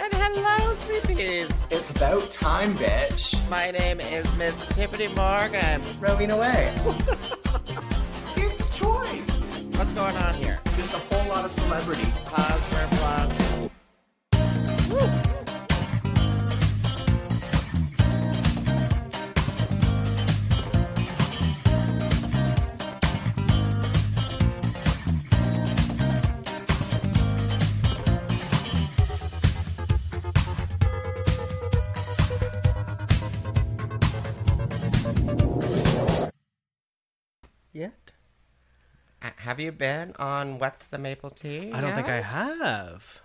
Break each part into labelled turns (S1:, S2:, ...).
S1: And hello, sleepies.
S2: It's about time, bitch.
S1: My name is Miss Tiffany Morgan.
S2: Roving away. it's Troy.
S1: What's going on here?
S2: Just a whole lot of celebrity.
S1: Pause for applause. Yet? Uh, Have you been on What's the Maple Tea?
S3: I don't think
S1: yet?
S3: I have.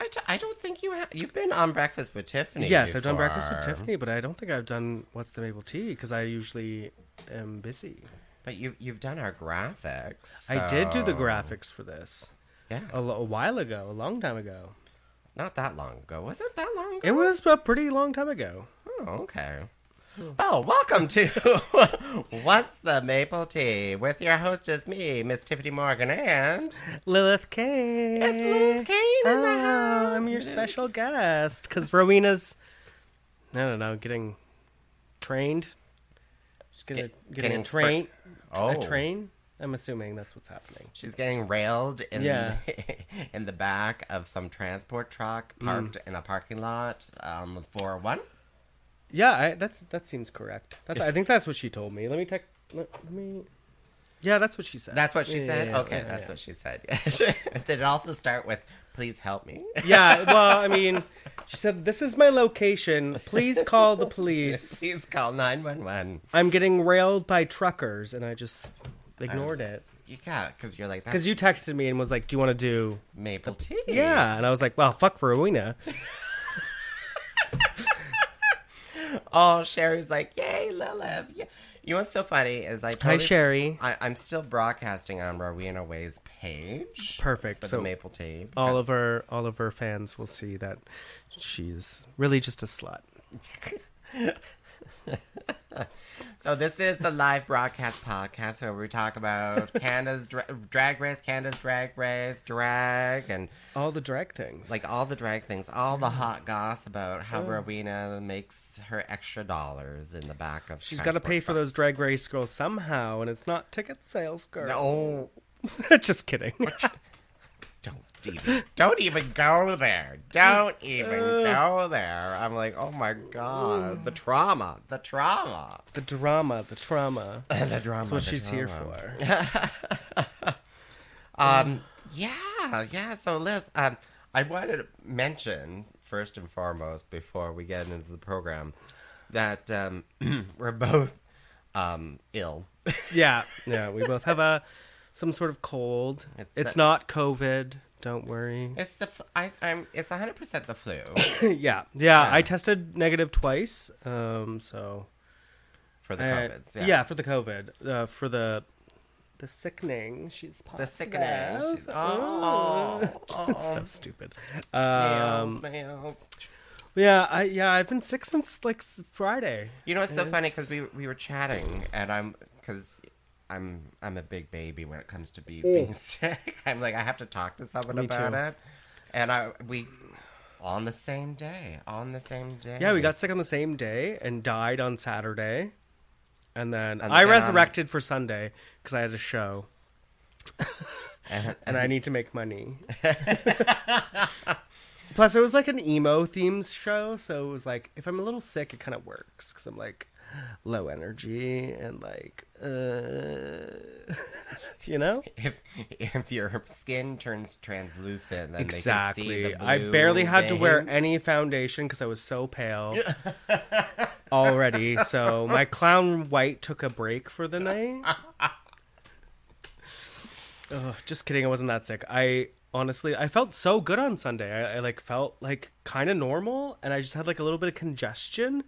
S1: I, d- I don't think you have. You've been on Breakfast with Tiffany.
S3: Yes, I've done breakfast with
S1: before,
S3: Tiffany, but I don't think I've done what's the maple tea because I usually am busy.
S1: But you you've done our graphics.
S3: I did do the
S1: so-
S3: graphics for this
S1: Yeah,
S3: a, lo- a while ago, a long time ago.
S1: not that long ago. Was it that long ago?
S3: It was a pretty long time ago.
S1: Oh, okay. Oh, welcome to What's the Maple Tea with your hostess, me, Miss Tiffany Morgan, and
S3: Lilith Kane. Ah,
S1: it's Little Kane in the house.
S3: Oh, I'm your special guest because Rowena's, I don't know, getting trained. She's gonna
S1: Get-
S3: getting,
S1: getting
S3: a train.
S1: Oh.
S3: A train. I'm assuming that's what's happening.
S1: She's getting railed in
S3: Yeah.
S1: in the back of some transport truck
S3: Mm.
S1: parked in a parking lot on the 401.
S3: Yeah, I, that's that seems correct. That's I think that's what she told me. Let me tech. Let, let me. Yeah, that's what she said.
S1: That's what she
S3: Yeah,
S1: said.
S3: yeah, yeah,
S1: okay,
S3: yeah,
S1: that's
S3: yeah.
S1: what she said. Did it also start with "Please help me"?
S3: Yeah, well, I mean, she said this is my location. Please call the police.
S1: Please call 911.
S3: I'm getting railed by truckers, and I just ignored it
S1: You got because you're like that's
S3: because you texted me and was like, "Do you want to do?"
S1: maple tea.
S3: Yeah, and I was like, "Well, fuck Rowena."
S1: Oh, Sherry's like, yay, Lilith. Yeah. You know what's so funny is I
S3: Hi, Sherry.
S1: I, I'm still broadcasting on Rowena Way's page.
S3: Perfect.
S1: For
S3: So
S1: the maple tea.
S3: all of her, all of her fans will see that she's really just a slut.
S1: So this is the live broadcast podcast where we talk about Canada's dra- drag race, Canada's drag race, drag, and
S3: All the drag things.
S1: like all the drag things, all
S3: Mm.
S1: the hot goss about how Rowena makes her extra dollars in the back of.
S3: She's got to
S1: transport
S3: pay for
S1: trucks.
S3: those drag race girls somehow, and it's not ticket sales, girl.
S1: No,
S3: Just kidding.
S1: don't even don't even go there. Don't even
S3: Uh.
S1: go there. I'm like, oh my god,
S3: Mm.
S1: the trauma, the trauma,
S3: the drama, the trauma. That's
S1: the drama.
S3: what
S1: the
S3: she's here
S1: trauma.
S3: for.
S1: Um, yeah, yeah. So Liz, um, I wanted to mention first and foremost before we get into the program that um, we're both um, ill.
S3: yeah, yeah. We both have a some sort of cold. It's,
S1: It's that-
S3: not COVID. Don't worry.
S1: It's the f- I, I'm it's 100 percent the flu.
S3: yeah, yeah, I tested negative twice. Um, so
S1: For the
S3: and-
S1: COVID, yeah.
S3: for the COVID, uh, for the the sickening. She's
S1: The
S3: positive.
S1: sickening. She's, oh, oh,
S3: so stupid.
S1: um,
S3: Um, yeah, I yeah, I've been sick since like s- Friday.
S1: You know what's so funny because we we were chatting and I'm because I'm I'm a big baby when it comes to be, being sick. I'm like I have to talk to someone
S3: Me
S1: about
S3: too.
S1: it, and I we on the same day on the same day.
S3: Yeah, we got sick on the same day and died on Saturday. And then
S1: And
S3: I
S1: then um, on-
S3: resurrected for Sunday because I had a show and I need to make money. Plus, it was like an emo themes show. So it was like, if I'm a little sick, it kind of works because I'm like low energy and like, uh, you know?
S1: if if your skin turns translucent, then They can see
S3: Exactly.
S1: the
S3: I
S1: blue
S3: barely had to wear
S1: veins.
S3: any foundation because I was so pale already. So my clown white took a break for the night. Ugh, just kidding. I wasn't that sick. I honestly, I felt so good on Sunday. I, I like felt like kind of normal, and I just had like a little bit of congestion.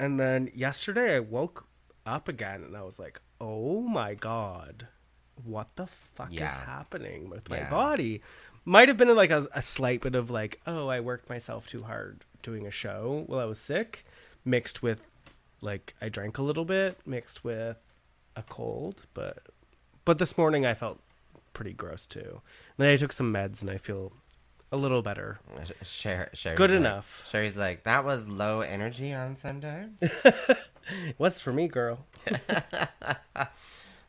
S3: And then yesterday, I woke up again, and I was like, oh my god, what the fuck is
S1: Yeah.
S3: happening with my
S1: Yeah.
S3: body? Might have been like a, a slight bit of like, oh, I worked myself too hard doing a show while I was sick, mixed with like I drank a little bit, mixed with a cold, but but this morning I felt pretty gross too. And then I took some meds and I feel a little better.
S1: Sher- Sherry's
S3: Good
S1: like-
S3: enough.
S1: Sherry's like, that was low energy on Sunday.
S3: It was for me, girl.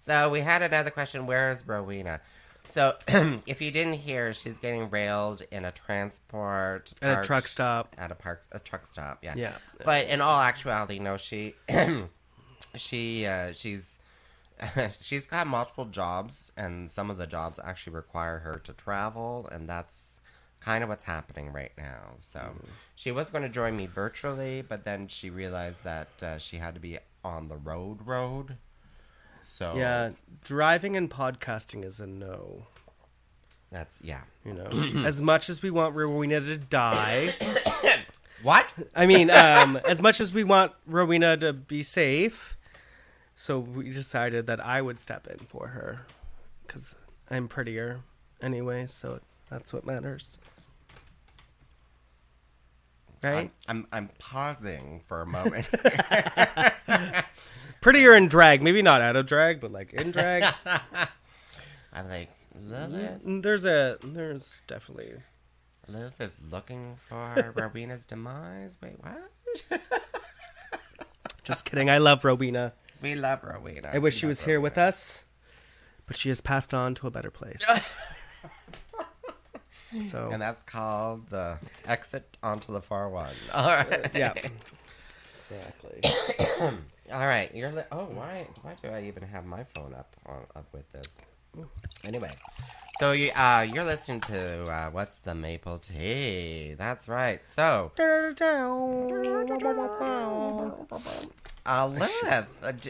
S1: So we had another question. Where's Rowena? So if you didn't hear, she's getting railed in a transport
S3: At a
S1: parked-
S3: truck stop.
S1: At a park, a truck stop. Yeah.
S3: Yeah.
S1: But in all actuality, no. She, she, uh, she's, she's got multiple jobs, and some of the jobs actually require her to travel, and that's kind of what's happening right now. So she was going to join me virtually, but then she realized that uh, she had to be on the road, road. So
S3: Yeah, driving and podcasting is a no.
S1: That's yeah.
S3: You know, as much as we want Rowena to die,
S1: What?
S3: I mean, um, as much as we want Rowena to be safe, so we decided that I would step in for her because I'm prettier anyway, so that's what matters. Right?
S1: I'm, I'm I'm pausing for a moment.
S3: prettier in drag, maybe not out of drag, but like in drag.
S1: I'm like Lilith.
S3: there's a there's definitely
S1: Lilith is looking for Rowena's demise. Wait, what?
S3: just kidding. I love Rowena.
S1: We love Rowena.
S3: I wish she
S1: Love
S3: was here with
S1: Rowena.
S3: us, but she has passed on to a better place. so
S1: And that's called the exit onto the far one. All right.
S3: yeah, exactly.
S1: All right. You're li- oh why why do I even have my phone up on, up with this? Anyway, so you uh you're listening to uh, what's the maple tea? That's right. So Uh, Liv, uh, d-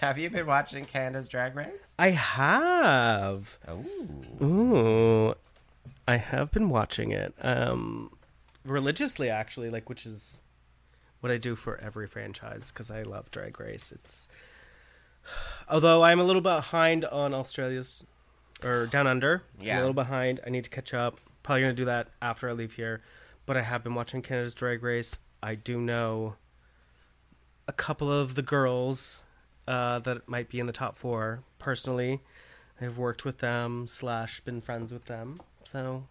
S1: have you been watching Canada's Drag Race?
S3: I have.
S1: Oh,
S3: Ooh, I have been watching it um, religiously, actually. Like, which is what I do for every franchise because I love Drag Race. It's although I'm a little behind on Australia's or Down Under. I'm
S1: Yeah.
S3: a little behind. I need to catch up. Probably gonna do that after I leave here. But I have been watching Canada's Drag Race. I do know a couple of the girls uh, that might be in the top four personally. I've worked with them slash been friends with them, so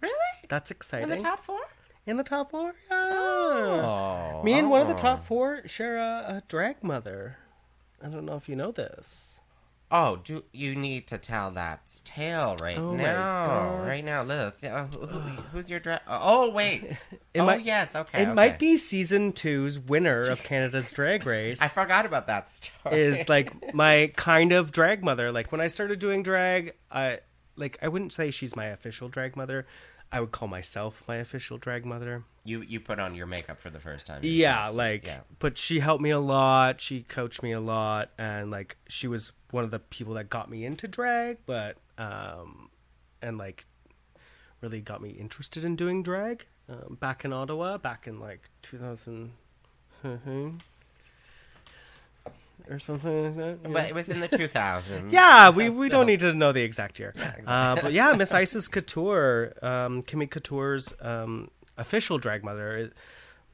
S1: really?
S3: that's exciting.
S1: In the top four?
S3: In the top four, yeah.
S1: Oh,
S3: Me and one of the top four share a, a drag mother. I don't know if you know this.
S1: Oh, do you need to tell that tale right
S3: Oh my
S1: now?
S3: God.
S1: Right now, Liv. Uh, who, who- who's your drag? Oh, wait.
S3: It
S1: oh,
S3: might-
S1: yes. Okay.
S3: It might
S1: okay.
S3: be season two's winner of Canada's Drag Race.
S1: I forgot about that story.
S3: is like my kind of drag mother. Like when I started doing drag, I like I wouldn't say she's my official drag mother. I would call myself my official drag mother.
S1: you you put on your makeup for the first time?
S3: Yeah,
S1: yourself, so-
S3: like
S1: yeah.
S3: but she helped me a lot. She coached me a lot and like she was one of the people that got me into drag, but um and like really got me interested in doing drag um, back in Ottawa, back in like 2000 or something like that. you know?
S1: But it was in the 2000s.
S3: Yeah, we, we don't need to know the exact year. uh, but yeah, Miss Isis Couture, um, Kimmy Couture's um, official drag mother, It-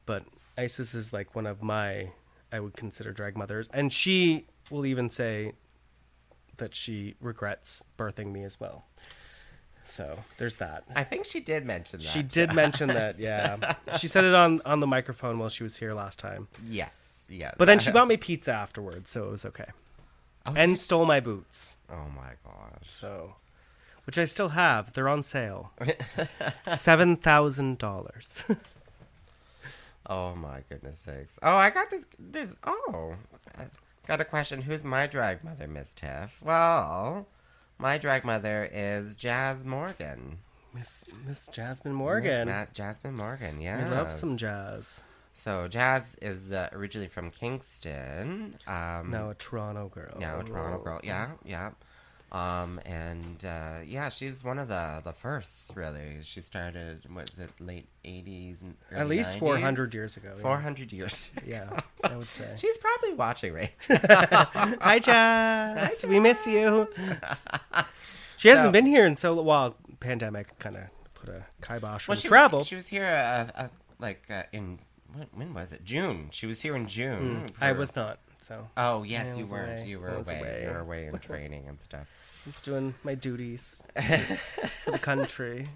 S3: but Isis is like one of my I would consider drag mothers, and she will even say that she regrets birthing me as well. So there's that.
S1: I think she did mention that.
S3: She did mention that, yeah. She said it on, on the microphone while she was here last time.
S1: Yes. Yes.
S3: But then she bought me pizza afterwards, so it was okay. and stole my boots.
S1: Oh my gosh.
S3: So, which I still have. They're on sale. Seven thousand dollars.
S1: Oh my goodness sakes. Oh, I got this. This. Oh, I got a question. Who's my drag mother, Miss Tiff? Well, my drag mother is Jazz Morgan.
S3: Miss Miss Jasmine
S1: Miss
S3: Morgan.
S1: Ma- Jasmine Morgan.
S3: I
S1: Yeah.
S3: love some jazz.
S1: So Jazz is uh, originally from Kingston. Um,
S3: Now a Toronto girl.
S1: Now a Toronto girl. Yeah, yeah. Um, and uh, yeah, she's one of the the first really. She started was it late eighties and early
S3: At least
S1: 90s?
S3: 400 years ago. yeah.
S1: Four hundred years.
S3: Yeah, I would say.
S1: She's probably watching right.
S3: Hi, Jess. We miss you. She hasn't
S1: So-
S3: been here in so while pandemic kind of put a kibosh
S1: well,
S3: on
S1: she
S3: travel.
S1: Was, she was here uh, uh, like uh, in when, when was it? June. She was here in June.
S3: Mm, I
S1: for-
S3: was not, so
S1: Oh yes,
S3: I
S1: you
S3: was
S1: weren't.
S3: away.
S1: You
S3: I
S1: were
S3: was
S1: away.
S3: away.
S1: You were away in training and stuff.
S3: just doing my duties for the country.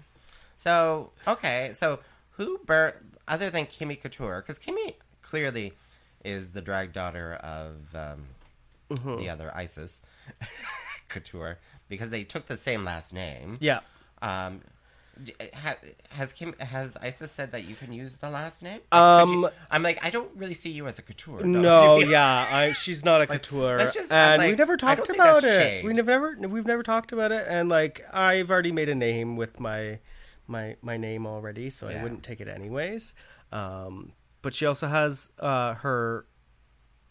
S1: So okay, so who birth other than Kimmy Couture? Because Kimmy clearly is the drag daughter of um,
S3: Mm-hmm.
S1: the other Isis Couture because they took the same last name.
S3: Yeah,
S1: Um, d- ha, has Kim has Isis said that you can use the last name? Like, could
S3: Um,
S1: you- I'm like I don't really see you as a couture.
S3: no,
S1: Do you-
S3: yeah, I, she's not a couture,
S1: let's just have,
S3: and
S1: like-
S3: we've never
S1: I
S3: talked
S1: don't think
S3: about
S1: that's
S3: it.
S1: shade.
S3: We've never, we've never talked about it, and like I've already made a name with my, my, my name already, so I
S1: Yeah.
S3: wouldn't take it anyways. Um, but she also has uh, her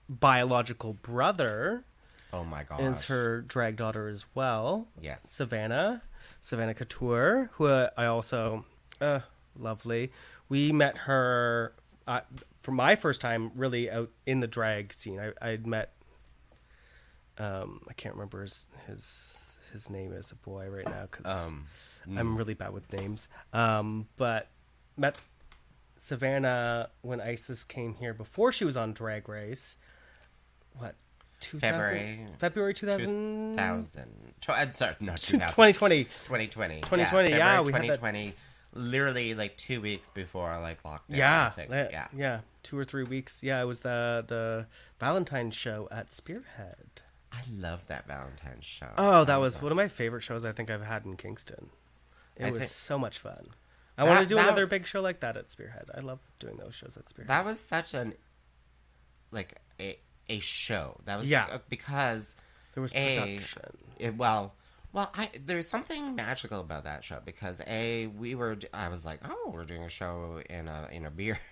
S3: biological brother
S1: Oh my gosh.
S3: is her drag daughter as well.
S1: Yes.
S3: Savannah, Savannah Couture, who uh, I also uh, lovely. We met her uh, for my first time really out in the drag scene. I I'd met um I can't remember his his his name as a boy right now cuz
S1: Um,
S3: I'm really bad with names. Um but met Savannah when Isis came here before she was on Drag Race. What? 2000
S1: February-
S3: February 2000
S1: thousand. Tw- I'm sorry, not two thousand.
S3: 2020.
S1: 2020.
S3: 2020, yeah,
S1: February
S3: we had that-
S1: 2020. Literally like two weeks before like lockdown.
S3: Yeah,
S1: I think.
S3: that-
S1: yeah.
S3: yeah, two or three weeks. Yeah, it was the the Valentine's show at Spearhead.
S1: I love that Valentine's show.
S3: Oh, that was one of my favorite shows I think I've had in Kingston. It
S1: I
S3: was
S1: think-
S3: so much fun. I
S1: That-
S3: want to do
S1: that-
S3: another big show like that at Spearhead. I love doing those shows at Spearhead.
S1: that was such an like a a show. That was
S3: Yeah.
S1: uh, because
S3: there was
S1: a-
S3: production.
S1: it- well, well, I there's something magical about that show because a we were d- I was like oh we're doing a show in a in a beer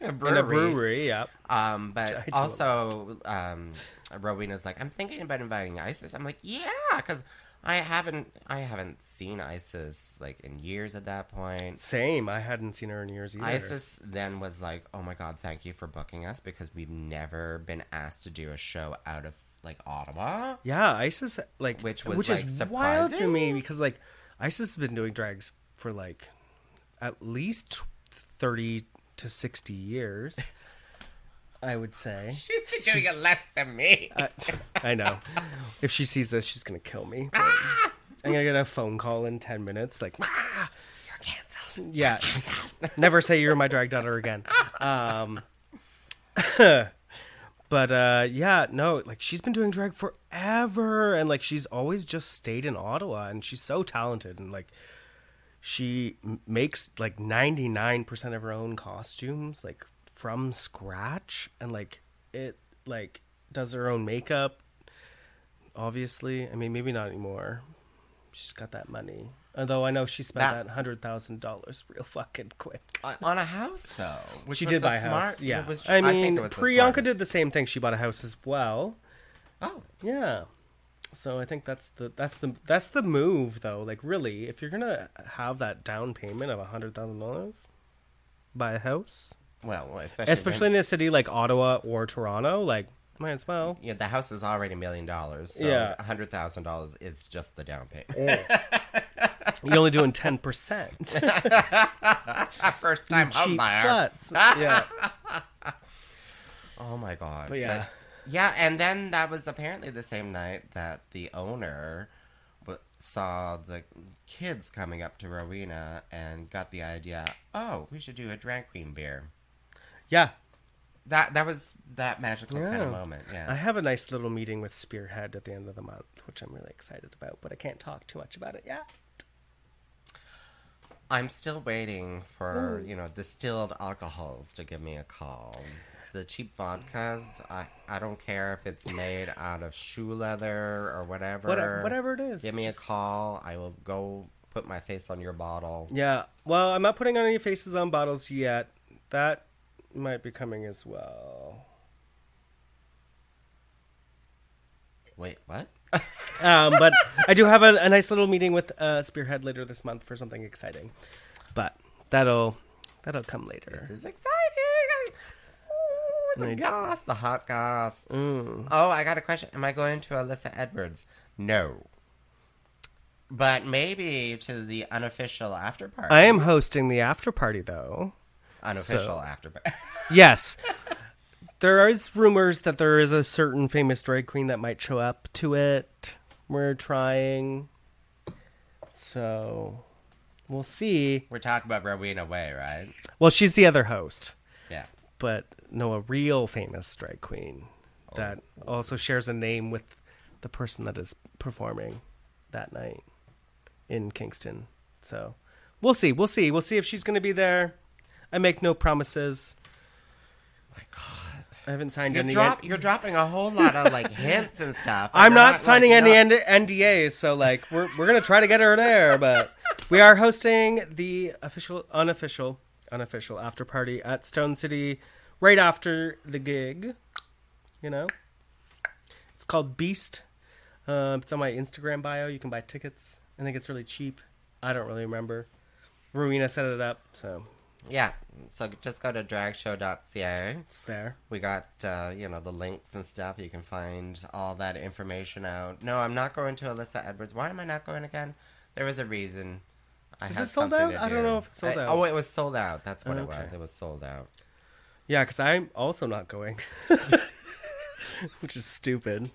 S3: In a brewery, yeah.
S1: Um, but
S3: Try to
S1: also, um, Rowena's like, I'm thinking about inviting ISIS. I'm like, yeah, because I haven't, I haven't seen ISIS like in years at that point.
S3: Same. I hadn't seen her in years either.
S1: ISIS then was like, oh my god, thank you for booking us because we've never been asked to do a show out of like Ottawa.
S3: Yeah, ISIS like
S1: Which was,
S3: which is
S1: like,
S3: wild to me
S1: surprising.
S3: because like ISIS has been doing drags for like at least thirty to sixty years. I would say.
S1: She's been doing it less than me.
S3: I, I know. If she sees this, she's gonna kill me. but
S1: Ah!
S3: I'm gonna get a phone call in ten minutes. Like, "Ah,
S1: You're canceled.
S3: yeah, never say you're my drag daughter again. Um, but uh, yeah, no, like she's been doing drag forever, and like she's always just stayed in Ottawa, and she's so talented, and like she m- makes like ninety nine percent of her own costumes, like from scratch, and like it like does her own makeup. Obviously, I mean, maybe not anymore. She's got that money. Although I know she spent
S1: That-
S3: that hundred thousand dollars real fucking quick.
S1: On- Uh, On a house though, which
S3: She
S1: was
S3: did
S1: the
S3: buy a house.
S1: smart-
S3: Yeah,
S1: it was-
S3: I
S1: think
S3: mean,
S1: it was the
S3: Priyanka
S1: smartest.
S3: did the same thing. She bought a house as well.
S1: Oh,
S3: Yeah. So I think that's the that's the that's the move though. Like really, if you're gonna have that down payment of a hundred thousand dollars, buy a house,
S1: well, well, especially
S3: especially in a city like Ottawa or Toronto, like might as well.
S1: yeah, the house is already a million dollars. So
S3: Yeah.
S1: hundred thousand dollars is just the down payment.
S3: You're only doing ten percent.
S1: first time
S3: Cheap
S1: homebuyer.
S3: sluts. Yeah.
S1: Oh my god.
S3: But yeah.
S1: yeah, and then that was apparently the same night that the owner w- saw the kids coming up to Rowena and got the idea, "Oh, we should do a drag queen beer."
S3: Yeah.
S1: That that was that magical kind
S3: Yeah.
S1: of moment.
S3: I
S1: Yeah.
S3: have a nice little meeting with Spearhead at the end of the month, which I'm really excited about, but I can't talk too much about it yet.
S1: I'm still waiting for, you know, distilled alcohols to give me a call. The cheap vodkas, I, I don't care if it's made out of shoe leather or whatever.
S3: Whatever, whatever it is.
S1: Give me a call. I will go put my face on your bottle.
S3: Yeah. Well, I'm not putting any faces on bottles yet. That might be coming as well.
S1: Wait, what?
S3: Um, but I do have a, a nice little meeting with uh, Spearhead later this month for something exciting. But that'll that'll come later.
S1: This is exciting. Ooh, the goss, the hot goss.
S3: Mm.
S1: Oh, I got a question. Am I going to Alyssa Edwards? No. But maybe to the unofficial after party.
S3: I am hosting the after party though.
S1: unofficial after party.
S3: Yes. There is rumors that there is a certain famous drag queen that might show up to it. We're trying. So we'll see.
S1: We're talking about Rowena Way, right?
S3: Well, she's the other host,
S1: Yeah.
S3: but no, a real famous drag queen that also shares a name with the person that is performing that night in Kingston. So we'll see. We'll see. We'll see if she's going to be there. I make no promises. My God. I haven't signed
S1: You're,
S3: any.
S1: drop, you're dropping a whole lot of like hints and stuff. and
S3: I'm
S1: you're
S3: not, signing
S1: like,
S3: any
S1: not-
S3: N- NDAs, so like we're we're gonna try to get her there, but we are hosting the official, unofficial, unofficial after party at Stone City right after the gig. You know, it's called Beast. Uh, it's on my Instagram bio. You can buy tickets. I think it's really cheap. I don't really remember. Rowena set it up, so
S1: Yeah. So just go to dragshow.ca.
S3: it's there.
S1: We got, uh, you know, the links and stuff. You can find all that information out. No, I'm not going to Alyssa Edwards. Why am I not going again? There was a reason. I
S3: Is
S1: had
S3: it sold
S1: something
S3: out?
S1: to
S3: I don't
S1: do.
S3: know if it's sold
S1: I-
S3: out.
S1: Oh, it was sold out. That's what
S3: Okay.
S1: it was. It was sold out.
S3: Yeah, because I'm also not going, which is stupid.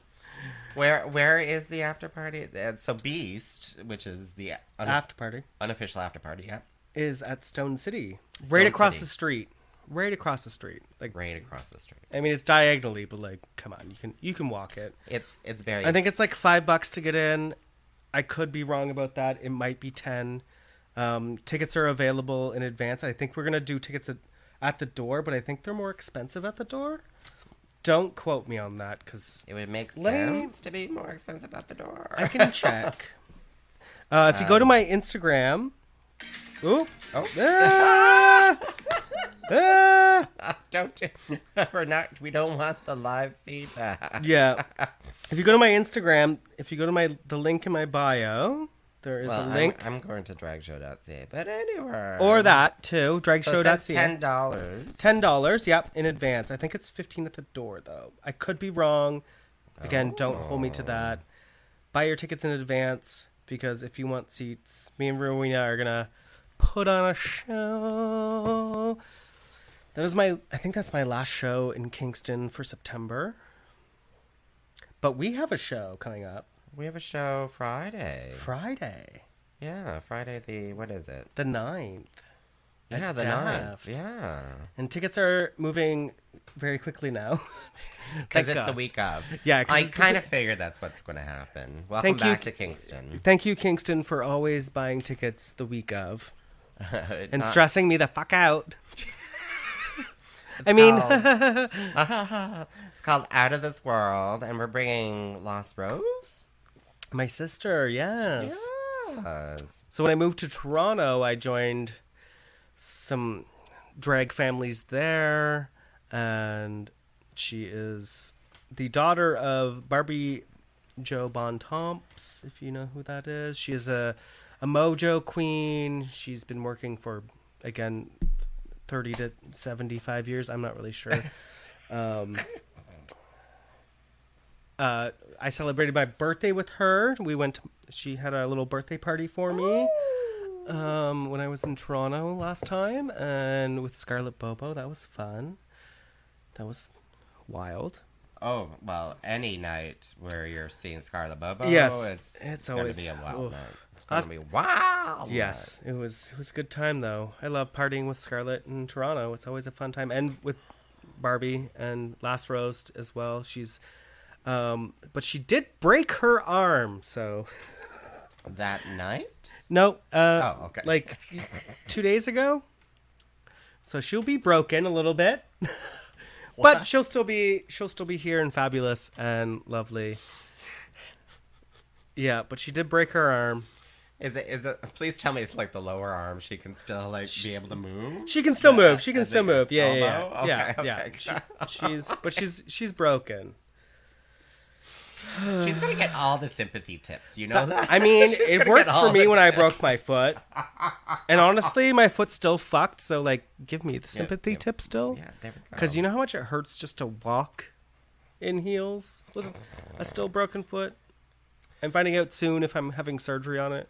S1: Where Where is the after party? Uh, So Beast, which is the un-
S3: After party.
S1: unofficial after party, yeah,
S3: is at Stone City,
S1: Stone
S3: right across
S1: City.
S3: the street, right across the street. Like,
S1: right across the street.
S3: I mean, it's diagonally, but like, come on, you can you can walk it.
S1: It's it's very.
S3: I think it's like five bucks to get in. I could be wrong about that. It might be ten. Um, tickets are available in advance. I think we're gonna do tickets at, at the door, but I think they're more expensive at the door. Don't quote me on that because
S1: it would make
S3: Let me-
S1: sense to be more expensive at the door.
S3: I can check. Uh, if you
S1: Um.
S3: go to my Instagram, oop,
S1: Oh.
S3: ah, ah,
S1: don't do, we're not we don't want the live feedback.
S3: Yeah. If you go to my Instagram, if you go to my the link in my bio, there is
S1: Well,
S3: a
S1: I'm-
S3: link
S1: I'm, going to dragshow.ca, but anywhere
S3: or that too.
S1: So it says
S3: Dragshow.ca.
S1: ten dollars.
S3: Ten dollars. Yep, in advance. I think it's fifteen at the door though. I could be wrong. Again,
S1: Oh.
S3: don't hold me to that. Buy your tickets in advance because if you want seats, me and Rowena are gonna put on a show. That is my. I think that's my last show in Kingston for September. But we have a show coming up.
S1: We have a show Friday.
S3: Friday,
S1: Yeah, Friday the what is it?
S3: the 9th. at
S1: Yeah, the ninth.
S3: Daft.
S1: Yeah,
S3: And tickets are moving very quickly now.
S1: because
S3: Thank
S1: it's the
S3: God.
S1: week of.
S3: Yeah, 'cause
S1: I
S3: it's the
S1: kind of figured that's what's going to happen. Welcome
S3: Thank you.
S1: back to Kingston.
S3: Thank you, Kingston, for always buying tickets the week of and
S1: Not-
S3: stressing me the fuck out. I mean,
S1: it's called Out of This World, and we're bringing Lost Rose.
S3: my sister, yes.
S1: Yes.
S3: So when I moved to Toronto, I joined some drag families there, and she is the daughter of Barbie Joe Bon Tomps, if you know who that is. She is a, a mojo queen. She's been working for, again, 30 to 75 years. I'm not really sure. um, uh, I celebrated my birthday with her. We went, to, she had a little birthday party for me. Um, when I was in Toronto last time, and with Scarlet Bobo, that was fun. That was wild.
S1: Oh well, any night where you're seeing Scarlet Bobo,
S3: Yes,
S1: it's,
S3: it's
S1: gonna
S3: always-
S1: be a wild
S3: oof.
S1: night. It's gonna
S3: Last-
S1: be wild.
S3: Yes, it was it was a good time though. I love partying with Scarlett in Toronto. It's always a fun time, and with Barbie and Last Roast as well. She's, um, but she did break her arm, so
S1: night. that night.
S3: no. Uh,
S1: Oh, okay.
S3: Like two days ago, so she'll be broken a little bit, but she'll still be she'll still be here and fabulous and lovely. Yeah, but she did break her arm.
S1: Is it? Is it? Please tell me it's like the lower arm. She can still like be able to move.
S3: She can still move. She can
S1: as
S3: still
S1: like a
S3: move. Yeah, yeah,
S1: elbow?
S3: yeah,
S1: Okay,
S3: yeah.
S1: okay.
S3: yeah. She- she's but she's she's broken.
S1: She's gonna get all the sympathy tips. You know that.
S3: I mean,
S1: She's gonna
S3: it
S1: get
S3: worked
S1: all
S3: for me
S1: the
S3: when I broke my foot. And honestly, my foot's still fucked, so like give me the sympathy
S1: yeah.
S3: tip still.
S1: Yeah, there we go.
S3: Cuz you know how much it hurts just to walk in heels with a still broken foot? I'm finding out soon if I'm having surgery on it.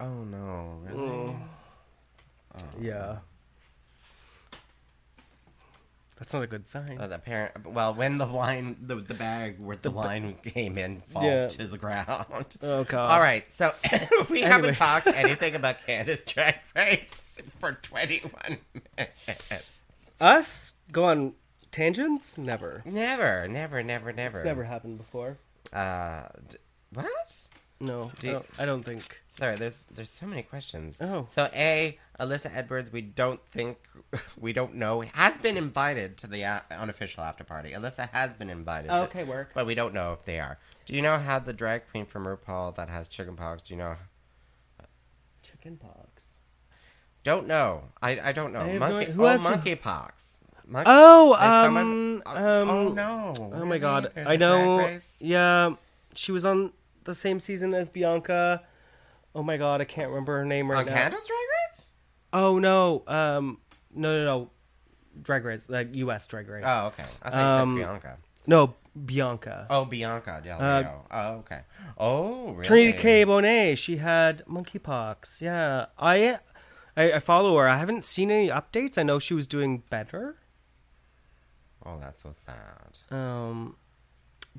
S1: Oh no! Really?
S3: Yeah. That's not a good sign.
S1: Oh, the parent. Well, when the wine, the, the bag where the wine came in falls
S3: Yeah.
S1: to the ground.
S3: Oh, God.
S1: All right, so we haven't
S3: Anyways.
S1: talked anything about Candace Drag Race for twenty-one minutes.
S3: Us go on tangents? Never.
S1: Never, never, never, never.
S3: It's never happened before.
S1: Uh, d- what?
S3: No,
S1: Do
S3: I
S1: you-
S3: don't, I don't think.
S1: Sorry, there's there's so many questions.
S3: Oh.
S1: So A, Alyssa Edwards, we don't think we don't know has been invited to the uh, unofficial after party. Alyssa has been invited. to-
S3: Okay, work.
S1: But we don't know if they are. Do you know how the drag queen from RuPaul that has chickenpox? Do you know?
S3: Chicken pox.
S1: Don't know. I I don't know.
S3: have no
S1: monkey.
S3: idea. Who
S1: oh,
S3: has the-
S1: monkeypox. Mon-
S3: Oh,
S1: there's
S3: um,
S1: someone-
S3: um,
S1: oh no!
S3: Oh my
S1: Really?
S3: god,
S1: There's
S3: I
S1: a drag
S3: know.
S1: race?
S3: Yeah, she was on the same season as Bianca. Oh my god, I can't remember her name right
S1: On
S3: now.
S1: Canada's Drag Race.
S3: Oh no, um, no, no, no, Drag Race, like U.S. Drag Race.
S1: Oh okay. I thought
S3: Um,
S1: you said Bianca.
S3: No, Bianca.
S1: Oh Bianca Del
S3: uh,
S1: Rio. oh okay. Oh really?
S3: Trinity K. Bonet, she had monkeypox. Yeah, I, I, I follow her. I haven't seen any updates. I know she was doing better.
S1: Oh, that's so sad.
S3: um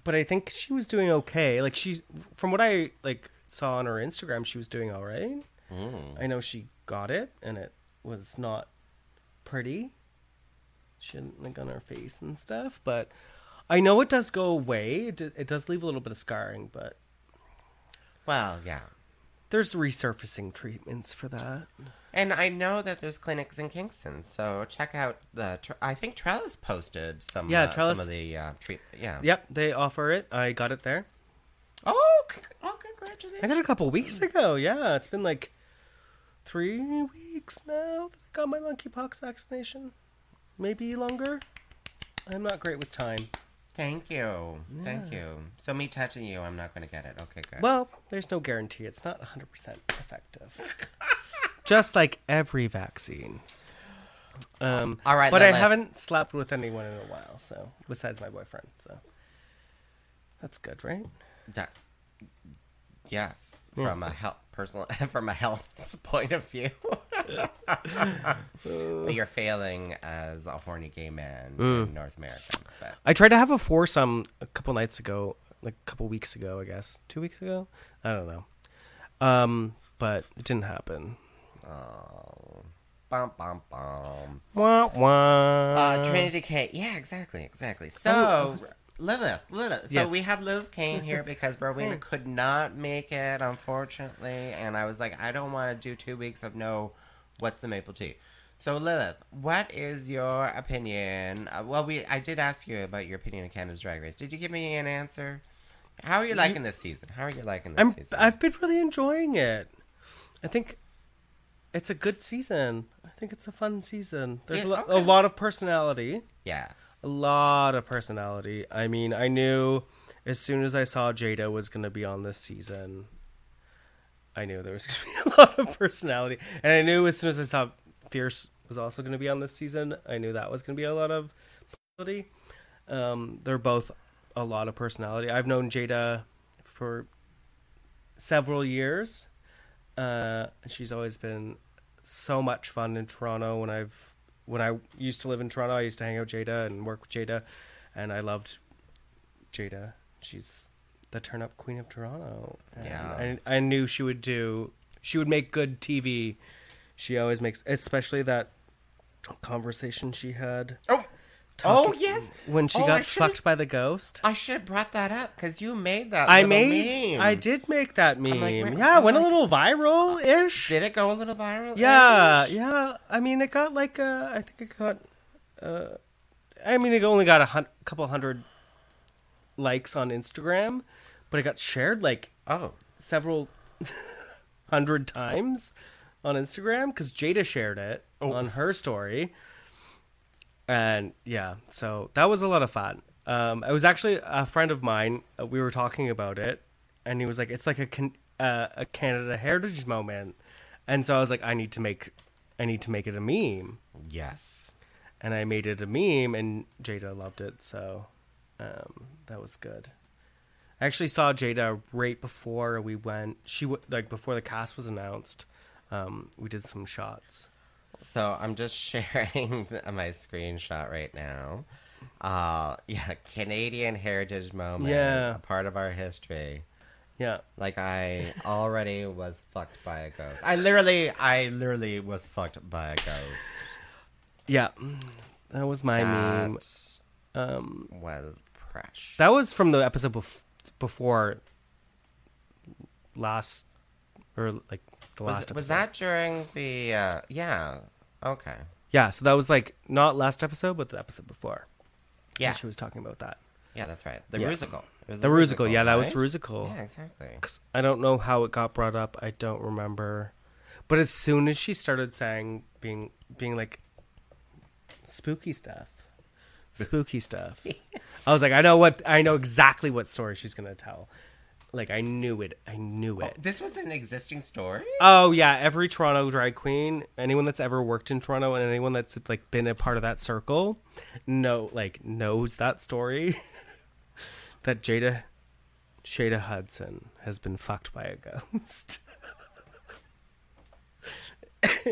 S3: but i think she was doing okay like she's from what i like saw on her instagram she was doing all right i know she got it and it was not pretty she didn't like on her face and stuff but i know it does go away it, d- it does leave a little bit of scarring but
S1: Well, yeah.
S3: there's resurfacing treatments for that
S1: And I know that there's clinics in Kingston, so check out the. Tr- I think Trellis posted some.
S3: Yeah,
S1: uh,
S3: Trellis-
S1: Some of the uh, treatment. Yeah.
S3: yep they offer it i got it there
S1: Oh, c- oh,
S3: i
S1: congratulations!
S3: got it a couple weeks ago yeah it's been like three weeks now that I got my monkeypox vaccination. Maybe longer. I'm not great with time.
S1: Thank you, thank you. So me touching you, I'm not going to get it. Okay, good.
S3: Well, there's no guarantee. It's not 100% effective. Just like every vaccine. Um,
S1: All right,
S3: but I
S1: Lilith.
S3: haven't slept with anyone in a while, so besides my boyfriend, so that's good, right?
S1: That- yes, from a health personal, from a health point of view, but you're failing as a horny gay man
S3: Mm.
S1: in North America. But
S3: I tried to have a foursome a couple nights ago, like a couple weeks ago, I guess, two weeks ago. I don't know, um, but it didn't happen.
S1: oh, bum bum bum.
S3: Wah, wah.
S1: Uh, Oh, Trinity K. Yeah, exactly, exactly. So Lilith, Lilith. So
S3: Yes.
S1: we have Lilith Kane here because Rowena could not make it, unfortunately, and I was like, I don't want to do two weeks of no. What's the maple tea? So Lilith, what is your opinion? Uh, well, we I did ask you about your opinion of Canada's Drag Race. Did you give me an answer? How are you liking this season? How are you liking this
S3: I'm,
S1: season?
S3: I've been really enjoying it. I think it's a good season. I think it's a fun season. There's
S1: Yeah,
S3: a, lo- a
S1: okay.
S3: lot of personality.
S1: yes.
S3: A lot of personality. I mean, I knew as soon as I saw Jada was going to be on this season, I knew there was going to be a lot of personality. And I knew as soon as I saw Fierce was also going to be on this season, I knew that was going to be a lot of personality. Um, they're both a lot of personality. I've known Jada for several years. Uh, and she's always been so much fun in Toronto. When I've when I used to live in Toronto, I used to hang out with Jada and work with Jada, and I loved Jada. She's the turn up queen of Toronto. And
S1: Yeah.
S3: I, I knew she would do. She would make good TV. She always makes, especially that conversation she had
S1: Oh, oh yes.
S3: when she
S1: Oh, I
S3: got
S1: should've-
S3: fucked by the ghost.
S1: I should have brought that up because you made that.
S3: I
S1: little
S3: made,
S1: meme.
S3: I did make that meme.
S1: like, wait,
S3: yeah, it
S1: I'm
S3: went a
S1: like-
S3: little viral ish.
S1: Did it go a little viral?
S3: Yeah, yeah. I mean, it got like uh, I think it got. Uh, I mean, it only got a hun- couple hundred likes on Instagram, but it got shared like
S1: Oh.
S3: several hundred times on Instagram because Jada shared it on her story. And yeah, so that was a lot of fun. Um, it was actually a friend of mine. uh, We were talking about it, and he was like, "It's like a can- uh, a Canada Heritage moment," and so I was like, "I need to make, I need to make it a meme,"
S1: Yes.
S3: and I made it a meme, and Jada loved it, so um, that was good. I actually saw Jada right before we went. She w- like before the cast was announced. Um, we did some shots.
S1: So I'm just sharing my screenshot right now. Uh, yeah, Canadian heritage moment.
S3: Yeah.
S1: A part of our history.
S3: Yeah.
S1: Like I already was fucked by a ghost. I literally, I literally was fucked by a ghost.
S3: Yeah, that was my meme.
S1: um, was precious.
S3: That was from the episode bef- before last, or like the
S1: was,
S3: last.
S1: was
S3: episode.
S1: that during the? Uh, yeah. Okay.
S3: Yeah, so that was like not last episode, but the episode before.
S1: Yeah.
S3: she was talking about that.
S1: Yeah, that's right. The
S3: Yeah.
S1: musical.
S3: The Rusical, yeah, that was Rusical.
S1: Yeah, exactly.
S3: 'Cause I don't know how it got brought up. I don't remember. But as soon as she started saying being being like spooky stuff, spooky stuff, I was like, I know what I know exactly what story she's gonna tell. Like I knew it. I knew it.
S1: This was an existing story.
S3: Oh yeah, every Toronto drag queen, anyone that's ever worked in Toronto and anyone that's like been a part of that circle, know like knows that story that Jada Jada Hudson has been fucked by a ghost.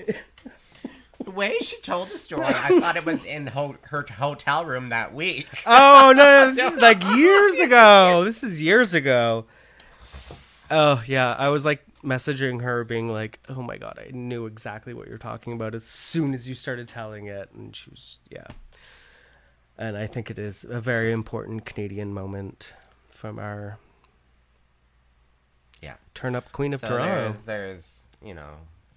S1: The way she told the story, I thought it was in ho- her hotel room that week.
S3: Oh no, this is like years ago. This is years ago. Oh yeah, I was like messaging her being like, "Oh my god, I knew exactly what you're talking about as soon as you started telling it." And she was yeah. And I think it is a very important Canadian moment from our
S1: Yeah.
S3: turn up queen of
S1: So
S3: Toronto.
S1: there's, there's, you know,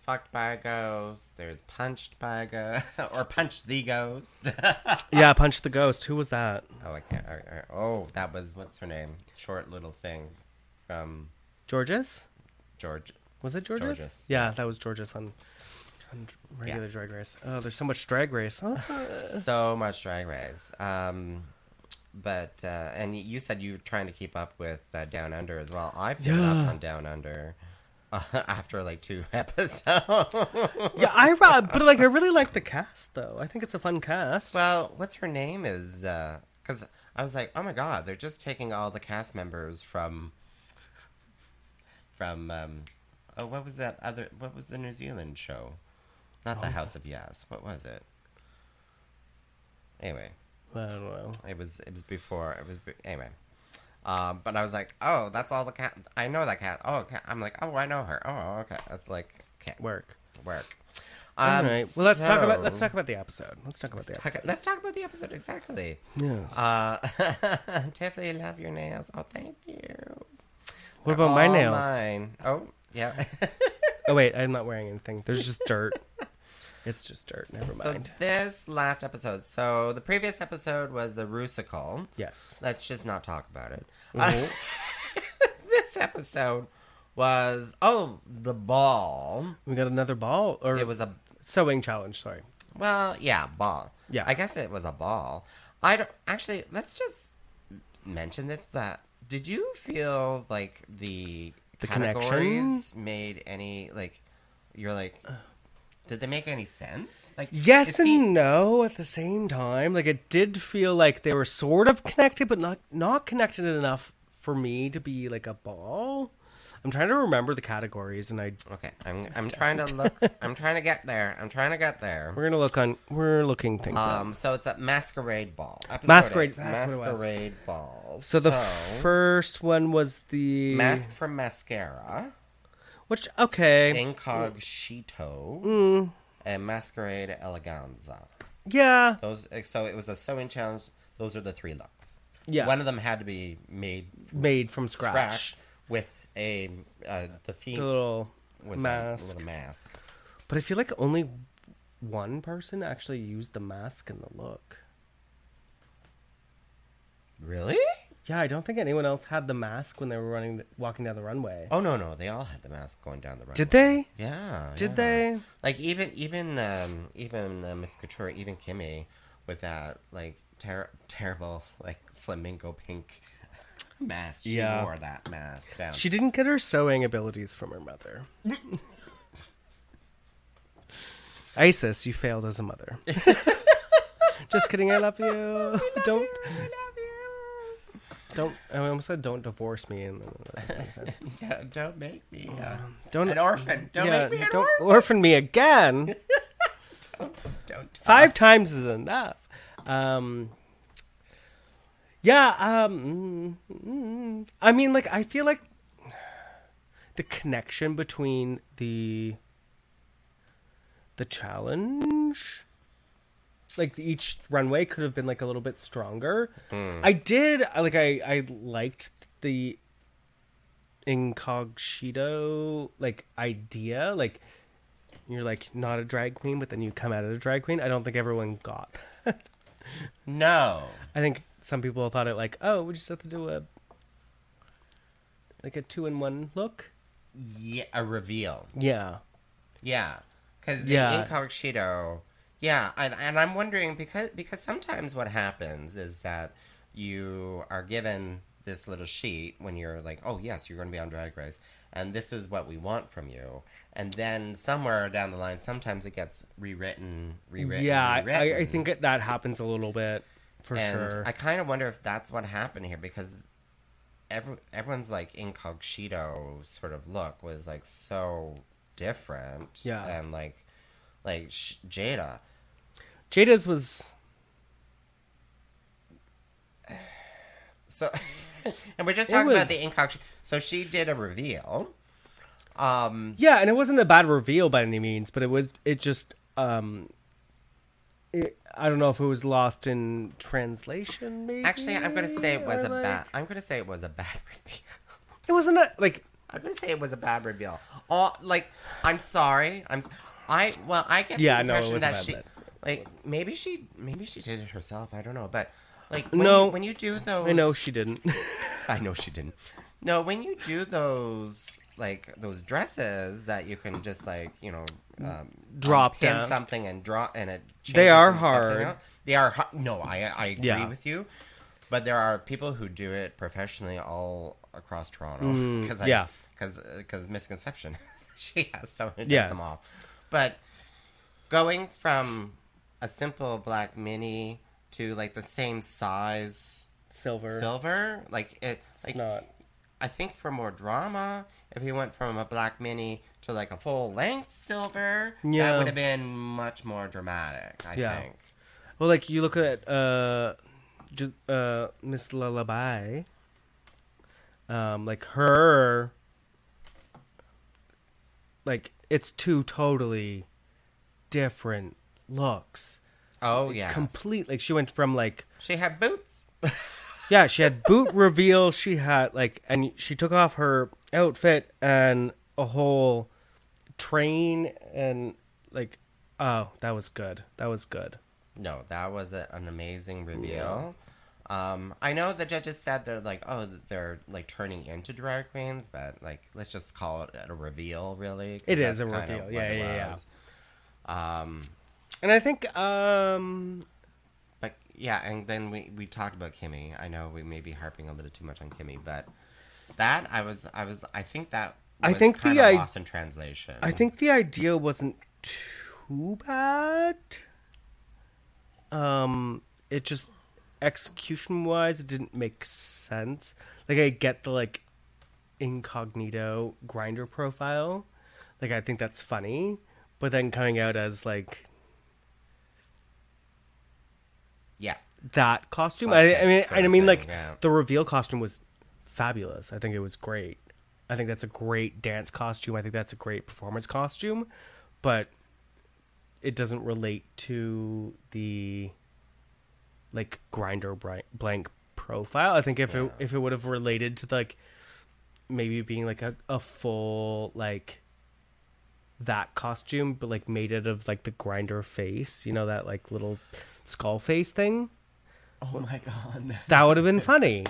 S1: fucked by a ghost. There's punched by a ghost, or punched the ghost.
S3: Yeah, punch the ghost. Who was that?
S1: oh, I can't. I- I- oh, that was what's her name? Short little thing from
S3: Georges?
S1: George.
S3: Was it Georges?
S1: Georges.
S3: Yeah, that was Georges on on regular drag race. Oh, there's so much drag race. Huh?
S1: so much drag race. Um, but uh, and you said you were trying to keep up with uh, Down Under as well. I've given up
S3: Yeah.
S1: on Down Under uh, after like two episodes.
S3: yeah, I ra- but like I really like the cast though. I think it's a fun cast.
S1: well, what's her name is because I was like, oh my god, they're just taking all the cast members from from um, oh what was that other what was the New Zealand show? Not the House of Yes. What was it? Anyway.
S3: I don't know.
S1: It was it was before it was be- anyway. Um, but I was like, oh, that's all the cat. I know that cat. Oh, okay. I'm like, oh, I know her. Oh, okay. That's like cat work.
S3: Work.
S1: Um,
S3: All right. Well, let's talk about let's
S1: so-
S3: talk about the episode. Let's talk about the
S1: talk-
S3: episode.
S1: let's talk about the episode exactly.
S3: Yes.
S1: Uh, Tiffany, love your nails. Oh, thank you.
S3: what about my
S1: All
S3: nails?
S1: mine. Oh, yeah.
S3: Oh wait, I'm not wearing anything. There's just dirt. it's just dirt. Never
S1: so
S3: mind.
S1: this last episode. So the previous episode was the Rusical.
S3: yes.
S1: Let's just not talk about it. Uh,
S3: Mm-hmm.
S1: this episode was oh the ball.
S3: We got another ball or
S1: It was a
S3: sewing challenge. Sorry.
S1: well, yeah, ball.
S3: Yeah.
S1: I guess it was a ball. I don't actually. Let's just mention this. That did you feel like the,
S3: The
S1: categories made any like you're like. Did they make any sense? Like
S3: Yes
S1: it
S3: and
S1: seemed-
S3: no at the same time. Like it did feel like they were sort of connected, but not not connected enough for me to be like a ball. I'm trying to remember the categories, and I
S1: Okay, I'm I'm trying to look. I'm trying to get there. I'm trying to get there.
S3: We're gonna look on. We're looking things up.
S1: Um, so it's a masquerade ball. Episode
S3: Masquerade,
S1: eight,
S3: that's what it was.
S1: masquerade ball.
S3: So the first one was the
S1: mask from mascara,
S3: which okay,
S1: incognito,
S3: Mm.
S1: and masquerade eleganza.
S3: yeah,
S1: Those. eh, So it was a sewing challenge. Those are the three looks.
S3: Yeah.
S1: One of them had to be made
S3: made from
S1: scratch,
S3: scratch.
S1: with a uh, the theme
S3: The little
S1: was a
S3: mask,
S1: little mask.
S3: but I feel like only one person actually used the mask and the look.
S1: Really?
S3: Yeah, I don't think anyone else had the mask when they were running, walking down the runway.
S1: Oh no no! They all had the mask going down the runway.
S3: Did they?
S1: Yeah.
S3: Did
S1: yeah.
S3: they?
S1: Like even even um even uh, Miss Couture, even Kimmy, with that like ter- terrible like flamingo pink mask. She
S3: Yeah.
S1: wore that mask down.
S3: She didn't get her sewing abilities from her mother. Isis, you failed as a mother. Just kidding. I love you. don't. Don't. I almost said don't divorce me. And then that doesn't make sense.
S1: don't, don't make me uh,
S3: Don't.
S1: an orphan. Don't
S3: Um, yeah,
S1: make me an
S3: don't
S1: orphan.
S3: orphan me again.
S1: Don't.
S3: Five times is enough. Um. Yeah. Um. mm, mm. I mean, like, I feel like the connection between the the challenge like each runway could have been like a little bit stronger i did I- like i i liked the incognito like idea like you're like not a drag queen but then you come out as a drag queen i don't think everyone got
S1: No.
S3: i think some people thought it like oh we just have to do a like a two-in-one look
S1: Yeah, a reveal.
S3: yeah
S1: Yeah, because the
S3: Yeah.
S1: incognito. Yeah, and, and I'm wondering because because sometimes what happens is that you are given this little sheet when you're like, oh yes, you're going to be on Drag Race, and this is what we want from you, and then somewhere down the line, sometimes it gets rewritten, rewritten,
S3: yeah I- I, I
S1: rewritten.
S3: think it, that happens a little bit for
S1: and
S3: sure
S1: I kind of wonder if that's what happened here because every, everyone's like incognito sort of look was like so different.
S3: Yeah.
S1: and like like sh- Jada,
S3: jada's was
S1: so and we're just
S3: It
S1: talking
S3: was-
S1: about the incognito. So she did a reveal. Um,
S3: yeah and it wasn't a bad reveal by any means but it was it just um it, i don't know if it was lost in translation maybe
S1: actually, I'm gonna say it was
S3: or,
S1: a
S3: like-
S1: bad. I'm gonna say it was a bad reveal.
S3: it wasn't a like
S1: I'm gonna say it was a bad reveal. Oh, like I'm sorry. I'm. s- I well, I get
S3: Yeah,
S1: the
S3: no, it
S1: impression
S3: was a
S1: that
S3: bad
S1: she,
S3: bit.
S1: like, maybe she, maybe she did it herself. I don't know, but like,
S3: No.
S1: no, when you do those,
S3: i know she didn't
S1: I know she didn't. No, when you do those, like those dresses that you can just like, you know, um,
S3: Drop
S1: pin
S3: down.
S1: something and draw, and it. Changes
S3: They are
S1: into something
S3: hard.
S1: else. They are. hu- No, I I agree
S3: Yeah.
S1: with you, but there are people who do it professionally all across Toronto because
S3: Mm, yeah.
S1: because because uh, misconception. she has someone who does
S3: Yeah.
S1: them all, but going from a simple black mini to like the same size
S3: silver
S1: silver like it
S3: it's
S1: like
S3: not
S1: I think for more drama, if he went from a black mini to like a full length silver,
S3: Yeah.
S1: that would have been much more dramatic. I
S3: Yeah.
S1: think.
S3: well like you look at uh just uh miss lullaby um like her like it's two totally different looks
S1: Oh yeah,
S3: complete like she went from like
S1: she had boots.
S3: yeah she had boot reveal she had like and she took off her outfit and a whole train and like oh that was good that was good
S1: No, that was a, an amazing reveal. Um, I know the judges said they're like, oh, they're like turning into drag queens, but like, let's just call it a reveal, really. 'cause
S3: It is
S1: that's
S3: a
S1: kinda
S3: reveal.
S1: what
S3: Yeah,
S1: it
S3: yeah, yeah.
S1: was. Um,
S3: and i think um
S1: But yeah, and then we, we talked about Kimmy. I know we may be harping a little too much on Kimmy, but that I was I was I think that
S3: I
S1: was
S3: think the
S1: kinda
S3: i-
S1: lost in translation.
S3: i think the idea wasn't too bad um it just execution wise it didn't make sense like i get the like incognito grinder profile. Like I think that's funny, but then coming out as like
S1: yeah,
S3: that costume.
S1: Like
S3: I, I
S1: that
S3: mean,
S1: sort
S3: I
S1: of
S3: mean,
S1: thing,
S3: like
S1: yeah.
S3: the reveal costume was fabulous. I think it was great. I think that's a great dance costume. I think that's a great performance costume, but it doesn't relate to the like grinder bri- blank profile. I think if it if it would have related to like maybe being like a, a full like that costume but like made out of like the grinder face you know that like little skull face thing that would have been funny.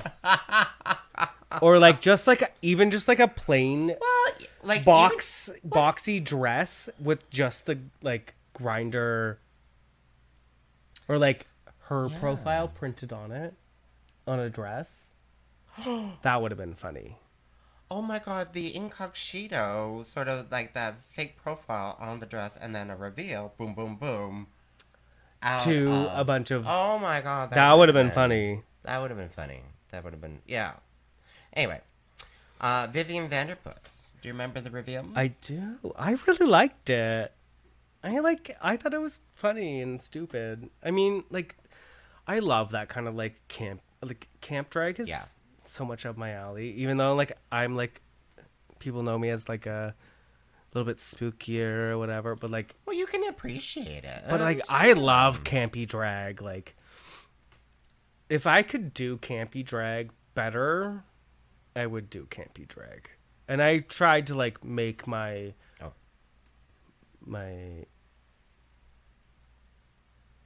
S3: or like just like even just like a plain
S1: well, like
S3: box boxy dress with just the like grinder or like her profile printed on it. on a dress. that would have been funny.
S1: Oh my god, the incognito, sort of like that fake profile on the dress and then a reveal, boom, boom, boom. out
S3: to
S1: of-
S3: a bunch of
S1: Oh my god.
S3: that would have been funny.
S1: That would have been funny. That would have been, yeah. Anyway, uh, Vivian Vanderpuss. Do you remember the reveal?
S3: I do. I really liked it. I like. I thought it was funny and stupid. I mean, like, I love that kind of like camp. Like camp drag is
S1: Yeah.
S3: so much up my alley. Even though like I'm like, people know me as like a little bit spookier or whatever. But like,
S1: well, you can appreciate it.
S3: but like
S1: Uh,
S3: I love campy drag. Like, if I could do campy drag better, I would do campy drag. And I tried to like make my
S1: Oh.
S3: my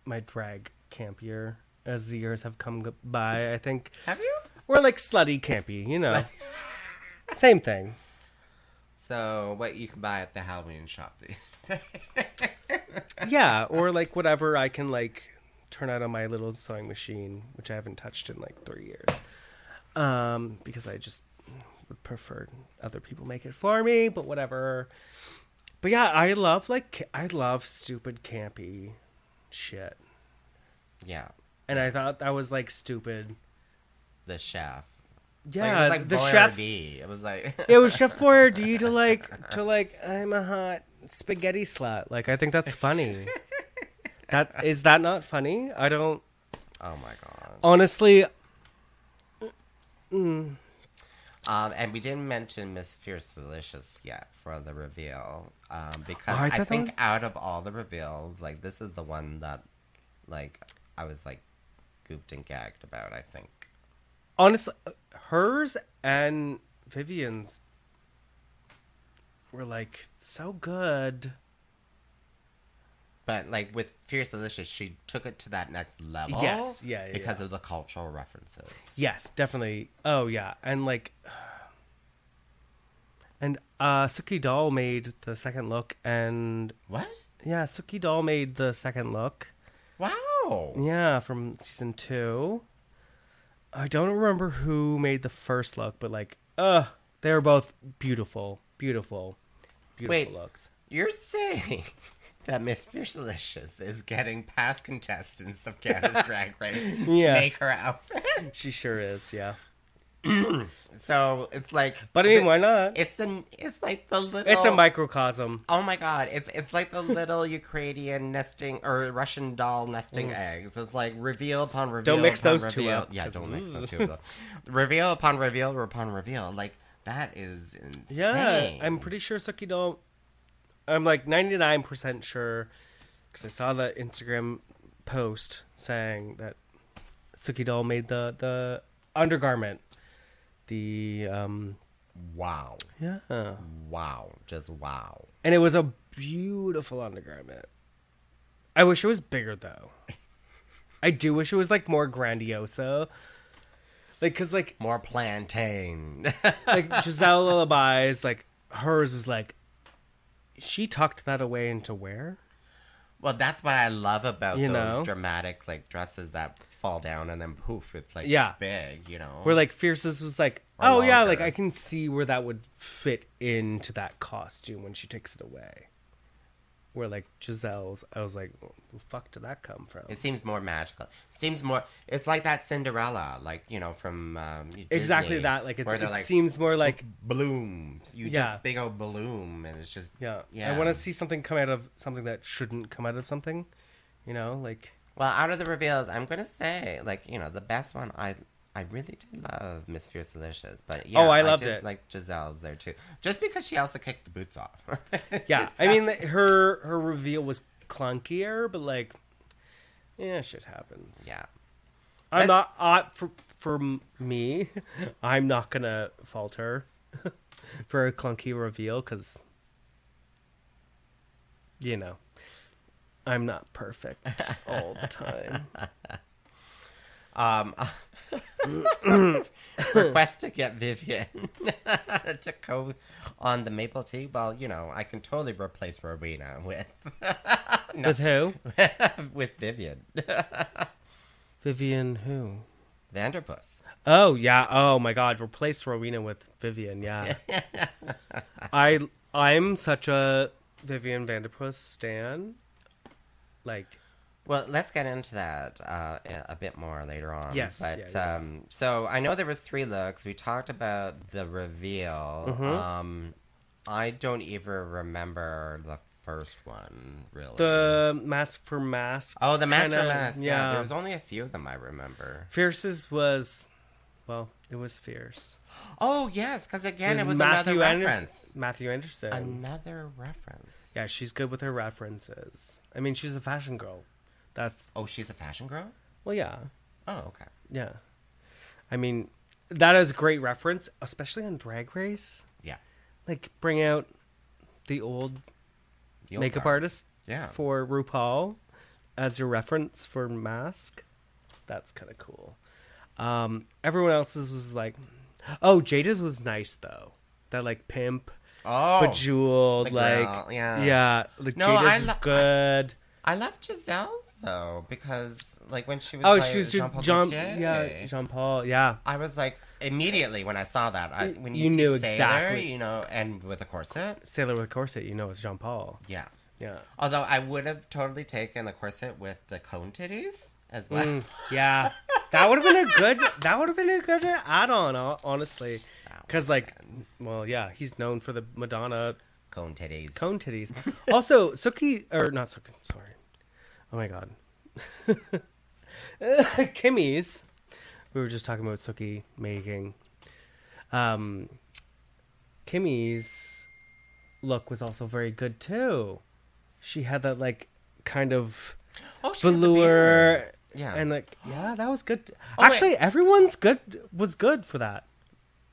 S3: my drag campier as the years have come g- by. I think
S1: have you?
S3: or like slutty campy, you know, same thing.
S1: So, what you can buy at the Halloween shop.
S3: Yeah, or like whatever I can like turn out on my little sewing machine, which I haven't touched in like three years, um, because I just would prefer other people make it for me. But whatever. But yeah, I love like ca- I love stupid campy shit,
S1: yeah,
S3: and I thought that was like stupid.
S1: the chef.
S3: Yeah,
S1: like, it was like
S3: the
S1: Boyer
S3: chef.
S1: D. It was like
S3: It was Chef Boyardee to like to like I'm a hot spaghetti slut. Like I think that's funny. That is that not funny? I don't
S1: oh my god.
S3: honestly.
S1: Um, and we didn't mention Miss Fierce Delicious yet for the reveal, um, because
S3: Oh, I
S1: I,
S3: thought that
S1: think
S3: was-
S1: out of all the reveals, like this is the one that, like, I was like, gooped and gagged about. I think.
S3: honestly, hers and Vivian's were like so good.
S1: But like with Fierce Delicious, she took it to that next level.
S3: Yes, yeah, yeah,
S1: because
S3: yeah.
S1: of the cultural references.
S3: Yes, definitely. Oh yeah, and like, and uh, Suki Doll made the second look, and
S1: What?
S3: yeah, Suki Doll made the second look.
S1: Wow.
S3: Yeah, from season two. I don't remember who made the first look, but like, uh, they were both beautiful, beautiful,
S1: Wait.
S3: beautiful looks.
S1: You're saying that Miss Fiercelicious is getting past contestants of Canada's Drag Race
S3: Yeah.
S1: to make her outfit.
S3: She sure is, yeah.
S1: So it's like,
S3: But I mean, why not?
S1: It's the it's like the little.
S3: It's a microcosm.
S1: Oh my god! It's it's like the little Ukrainian nesting or Russian doll nesting eggs. It's like reveal upon reveal.
S3: Mm. Don't mix
S1: upon
S3: those two
S1: reveal.
S3: up,
S1: Yeah,
S3: 'cause-
S1: don't mix those two up. Reveal upon reveal upon reveal. Like that is insane.
S3: Yeah, I'm pretty sure Suki Doll. I'm like 99% sure because I saw that Instagram post saying that Suki Doll made the the undergarment. The um
S1: wow,
S3: yeah,
S1: wow, just wow.
S3: and it was a beautiful undergarment. I wish it was bigger though. I do wish it was like more grandioso. Like, cause like
S1: More plantain.
S3: like Giselle Lullabies, like hers was like she tucked that away into where?
S1: well, that's what I love about
S3: You
S1: those
S3: know?
S1: dramatic like dresses that fall down and then poof, it's like
S3: Yeah.
S1: big. You know,
S3: Where like Fierce's was like,
S1: Or
S3: oh yeah,
S1: longer.
S3: like I can see where that would fit into that costume when she takes it away. Where like Giselle's, I was like, where the fuck did that come from?
S1: It seems more magical. Seems more. It's like that Cinderella, like you know from um, Disney,
S3: exactly that. Like it's,
S1: where
S3: it
S1: they're like
S3: seems more like
S1: blooms. You
S3: Yeah.
S1: just big old bloom, and it's just
S3: yeah.
S1: yeah.
S3: I want to see something come out of something that shouldn't come out of something. You know, like
S1: Well, out of the reveals, I'm gonna say like you know the best one I. I really did love Miss Fierce Delicious, but yeah,
S3: Oh, I loved
S1: did
S3: it.
S1: Like Giselle's there too, just because she also kicked the boots off.
S3: yeah. I mean, like, her her reveal was clunkier, but like, yeah, shit happens.
S1: yeah. That's-
S3: I'm not I, for for m- me. I'm not gonna falter for a clunky reveal because you know I'm not perfect all the time.
S1: Um, request to get Vivian to go on the maple tea. Well, you know, I can totally replace Rowena with
S3: With who?
S1: with Vivian.
S3: Vivian who?
S1: Vanderpuss.
S3: Oh yeah. Oh my God. Replace Rowena with Vivian. Yeah. I I'm such a Vivian Vanderpuss stan. Like
S1: Well, let's get into that uh, a- a bit more later on.
S3: Yes, yeah,
S1: but
S3: yeah.
S1: um, so I know there was three looks. We talked about the reveal.
S3: Mm-hmm.
S1: Um, I don't even remember the first one really.
S3: the mask for mask.
S1: oh, the mask
S3: kinda-
S1: for mask. Yeah.
S3: yeah.
S1: there was only a few of them I remember.
S3: Fierce's was, well, it was fierce.
S1: Oh yes, because again it was, another
S3: Anders-
S1: reference.
S3: Matthew Anderson.
S1: Another reference.
S3: yeah, she's good with her references. I mean, she's a fashion girl. That's
S1: Oh, she's a fashion girl.
S3: well, yeah,
S1: Oh, okay.
S3: yeah. I mean, that is a great reference, especially on Drag Race.
S1: Yeah.
S3: Like, bring out the old
S1: The old
S3: makeup
S1: guard.
S3: artist
S1: Yeah.
S3: for RuPaul as your reference for mask. That's kind of cool. Um, everyone else's was like, oh, Jada's was nice though. That like pimp,
S1: Oh,
S3: bejeweled,
S1: the
S3: like
S1: girl, yeah.
S3: yeah, like
S1: No, I
S3: Jada's is
S1: lo- I-
S3: good.
S1: I loved Giselle's though because like when she was
S3: oh,
S1: like,
S3: she was
S1: Jean
S3: Jean,
S1: Paul
S3: Jean yeah, Jean Paul, yeah,
S1: I was like immediately when I saw that. I, when you,
S3: You
S1: see
S3: knew
S1: sailor,
S3: exactly.
S1: you know, and with a corset.
S3: sailor with a corset. You know, it's Jean Paul.
S1: Yeah.
S3: Yeah,
S1: Although I would have totally taken the corset with the cone titties as well.
S3: Mm, yeah, that would have been a good. That would have been a good add-on, hon- honestly, because like, well, yeah, he's known for the Madonna
S1: Cone titties.
S3: cone titties. Also, Suki or not Suki? Sorry. Oh my god. Kimmy's. We were just talking about Suki making. Um, Kimmy's look was also very good too. She had that like kind of
S1: oh, she has a beard.
S3: velour.
S1: Yeah. Oh,
S3: And like, yeah, that was good.
S1: wait.
S3: Actually, everyone's good was good for that.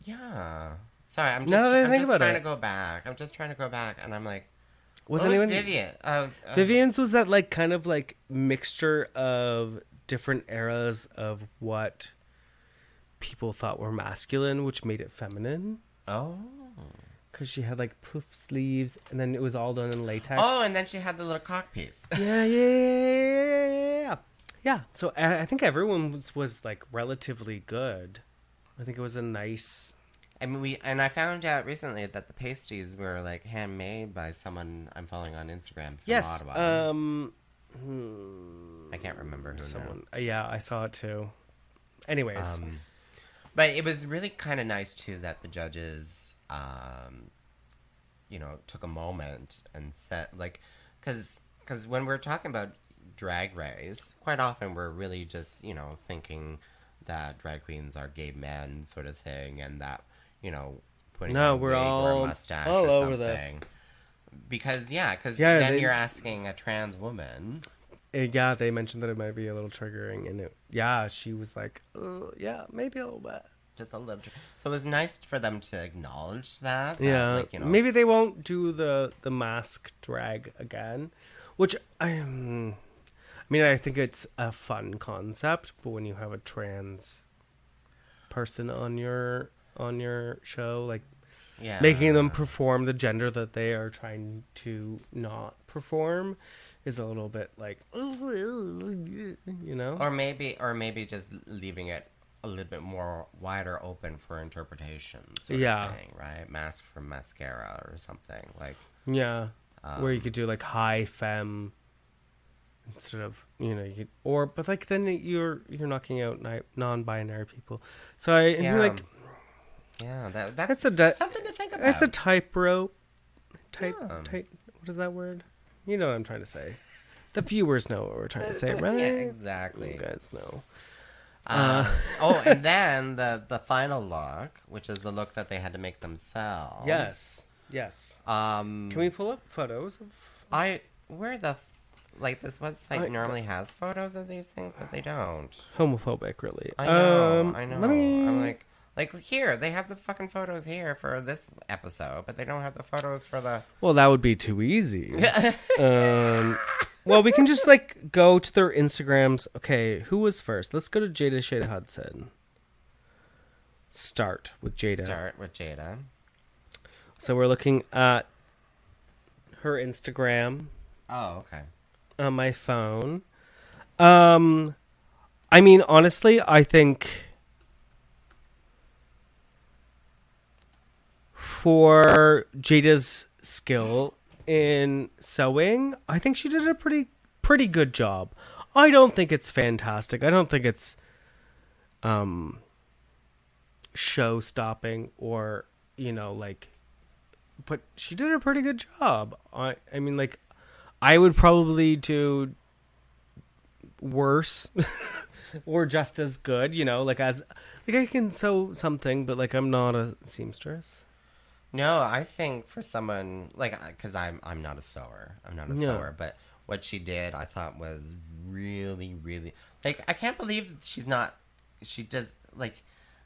S1: Yeah. Sorry, I'm just,
S3: Now that I
S1: I'm
S3: think
S1: just
S3: about
S1: trying
S3: it.
S1: to go back. I'm just trying to go back, and I'm like,
S3: Was
S1: what was
S3: anyone
S1: Vivian? Uh, uh,
S3: Vivian's was that like kind of like mixture of different eras of what people thought were masculine, which made it feminine.
S1: Oh.
S3: Cause she had like poof sleeves, and then it was all done in latex.
S1: Oh, and then she had the little cock piece.
S3: yeah, yeah, yeah, yeah, yeah, yeah. Yeah. So I, I think everyone was, was like relatively good. I think it was a nice.
S1: I mean, we and I found out recently that the pasties were like handmade by someone I'm following on Instagram from
S3: Yes.
S1: Ottawa.
S3: Um.
S1: I can't remember who. Someone.
S3: Someone. Yeah, I saw it too. Anyways.
S1: Um, but it was really kind of nice too that the judges, um, you know, took a moment and said like, because because when we're talking about drag race, quite often we're really just you know thinking that drag queens are gay men sort of thing, and that you know putting
S3: No,
S1: on a
S3: we're
S1: wig or
S3: all-
S1: a mustache
S3: all
S1: or
S3: over the-
S1: something. Because yeah, because
S3: Yeah,
S1: then
S3: they-
S1: you're asking a trans woman.
S3: Uh, yeah, they mentioned that it might be a little triggering, and it, yeah, she was like, "Uh, "Yeah, maybe a little bit."
S1: just a little. So it was nice for them to acknowledge that. that,
S3: Yeah,
S1: like, you know,
S3: maybe they won't do the the mask drag again, which I, um, I mean, I think it's a fun concept, but when you have a trans person on your on your show, like
S1: yeah,
S3: making them perform the gender that they are trying to not perform, is a little bit like, you know,
S1: or maybe, or maybe just leaving it a little bit more wider open for interpretation. Sort
S3: Yeah.
S1: of thing, right. Mask for mascara or something like.
S3: Yeah. Where you
S1: Um,
S3: could do like high femme instead of you know you could or but like then you're you're knocking out ni- non-binary people. So I
S1: Yeah,
S3: am like
S1: yeah, that, that's
S3: that's a di-
S1: something to think about.
S3: that's a tightrope type
S1: um, Yeah. um.
S3: tight what is that word? You know what I'm trying to say. The viewers know what we're trying to say, right?
S1: Uh,
S3: Mm,
S1: Yeah,
S3: You
S1: exactly.
S3: guys know.
S1: Uh, oh, and then the the final look, which is the look that they had to make themselves.
S3: Yes. Yes.
S1: Um,
S3: Can we pull up photos of
S1: I where the f- like this website
S3: I-
S1: normally has photos of these things, but they don't.
S3: homophobic really?
S1: I know,
S3: Um,
S1: I know.
S3: Let me
S1: I'm like, like here they have the fucking photos here for this episode, but they don't have the photos for the.
S3: Well, that would be too easy. um, well, we can just like go to their Instagrams. Okay, who was first? Let's go to Jada Shada Hudson. Start with Jada.
S1: Start with Jada.
S3: So we're looking at her Instagram
S1: Oh, okay.
S3: uh, on my phone. Um, I mean, honestly, I think for Jada's skill in sewing. I think she did a pretty pretty good job. I don't think it's fantastic. I don't think it's um show stopping or you know like but she did a pretty good job. I I mean like I would probably do worse or just as good, you know, like as like I can sew something, but like I'm not a seamstress.
S1: No, I think for someone like because I'm I'm not a sewer. I'm not a
S3: No.
S1: sewer, but what she did, I thought was really, really like I can't believe she's not. She does like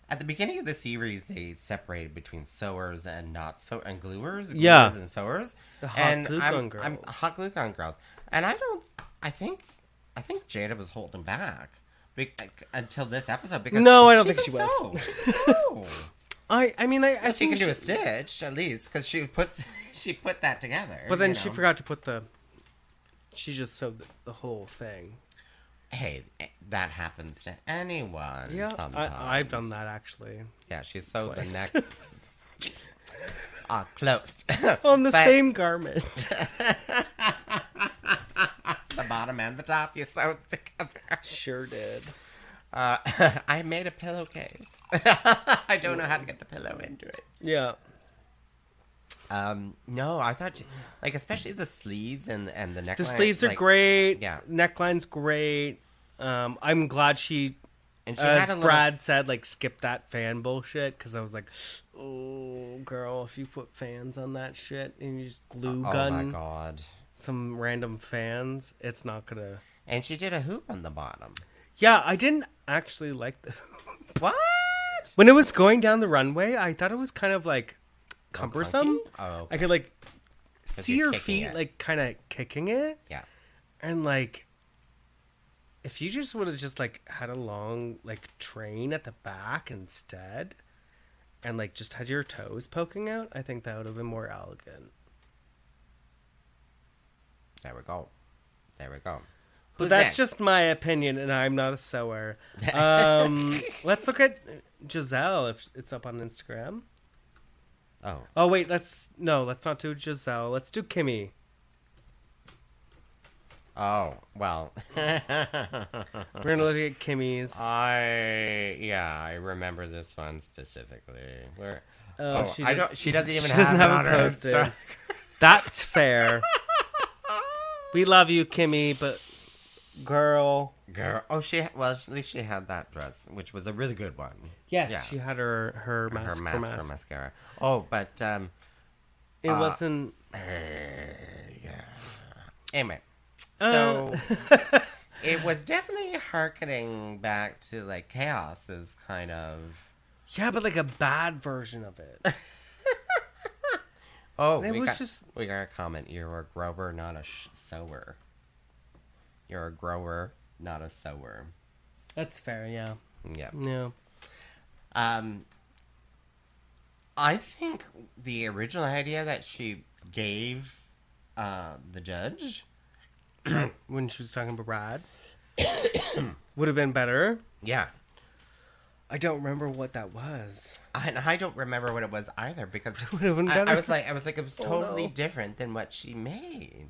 S1: at the beginning of the series they separated between sewers and not sew and gluers, gluers
S3: Yeah.
S1: and sewers.
S3: The hot
S1: and
S3: glue
S1: I'm,
S3: gun
S1: I'm
S3: girls.
S1: hot glue gun girls, and I don't. I think I think Jada was holding back. Be- until this episode, because
S3: No, I don't think
S1: can
S3: she was.
S1: sew. She can sew.
S3: I I mean I, I
S1: Well, she
S3: think
S1: can do a stitch at least because she puts she put that together.
S3: But then
S1: you
S3: she
S1: know.
S3: forgot to put the. She just sewed the, the whole thing.
S1: Hey, eh, that happens to anyone.
S3: Yeah,
S1: sometimes.
S3: I, I've done that actually.
S1: Yeah, she sewed
S3: Twice.
S1: the neck. Ah, closed.
S3: On the
S1: But
S3: same garment.
S1: The bottom and the top, you sewed together.
S3: sure did.
S1: Uh, I made a pillowcase. I don't know how to get the pillow into it.
S3: Yeah.
S1: Um, no, I thought, she, like, especially the sleeves and and the neckline.
S3: The sleeves are
S1: like-
S3: great.
S1: yeah.
S3: Neckline's great. Um, I'm glad she,
S1: And she
S3: as
S1: had a little
S3: Brad said, like skip that fan bullshit because I was like, oh girl, if you put fans on that shit and you just glue
S1: Oh my
S3: gun
S1: god!
S3: some random fans, it's not gonna.
S1: And she did a hoop on the bottom.
S3: Yeah, I didn't actually like the.
S1: What?
S3: when it was going down the runway, I thought it was kind of like cumbersome.
S1: clunky? Oh, okay.
S3: I could like see
S1: you're
S3: your
S1: kicking
S3: feet
S1: it.
S3: like kind of kicking it,
S1: Yeah.
S3: and like if you just would have just like had a long like train at the back instead, and like just had your toes poking out, I think that would have been more elegant.
S1: There we go. There we go.
S3: But
S1: Who's
S3: that's
S1: next?
S3: just my opinion, and I'm not a sewer. Um, let's look at Giselle if it's up on Instagram.
S1: oh
S3: Oh wait, let's no, let's not do Giselle. Let's do Kimmy.
S1: oh well.
S3: We're gonna look at Kimmy's.
S1: Uh, I yeah I remember this one specifically. Where
S3: Oh,
S1: oh,
S3: she
S1: I
S3: just-
S1: don't. She doesn't even
S3: she
S1: have,
S3: doesn't
S1: it
S3: have
S1: on
S3: it
S1: her
S3: posted.
S1: Insta.
S3: That's fair. we love you, Kimmy, but girl,
S1: Girl. Oh, she well at least she had that dress, which was a really good one.
S3: yes,
S1: Yeah.
S3: she had her her
S1: her
S3: mask. Her
S1: mask, Ah.
S3: mask.
S1: for mascara. Oh, but um,
S3: It wasn't.
S1: anyway,
S3: Uh.
S1: so it was definitely harkening back to like chaos is kind of.
S3: Yeah, but like a bad version of it.
S1: Oh,
S3: It
S1: we
S3: was
S1: got,
S3: just-
S1: we got a comment. You're a grower, not a sh- sower. You're a grower, not a sower.
S3: That's fair. Yeah.
S1: Yeah.
S3: Yeah.
S1: Um, I think the original idea that she gave uh, the judge.
S3: When she was talking about Brad, would have been better.
S1: Yeah.
S3: I don't remember what that was.
S1: And I don't remember what it was either because
S3: would've been
S1: I, I
S3: better. Oh,
S1: was like, I was like, it was totally
S3: no.
S1: different than what she made.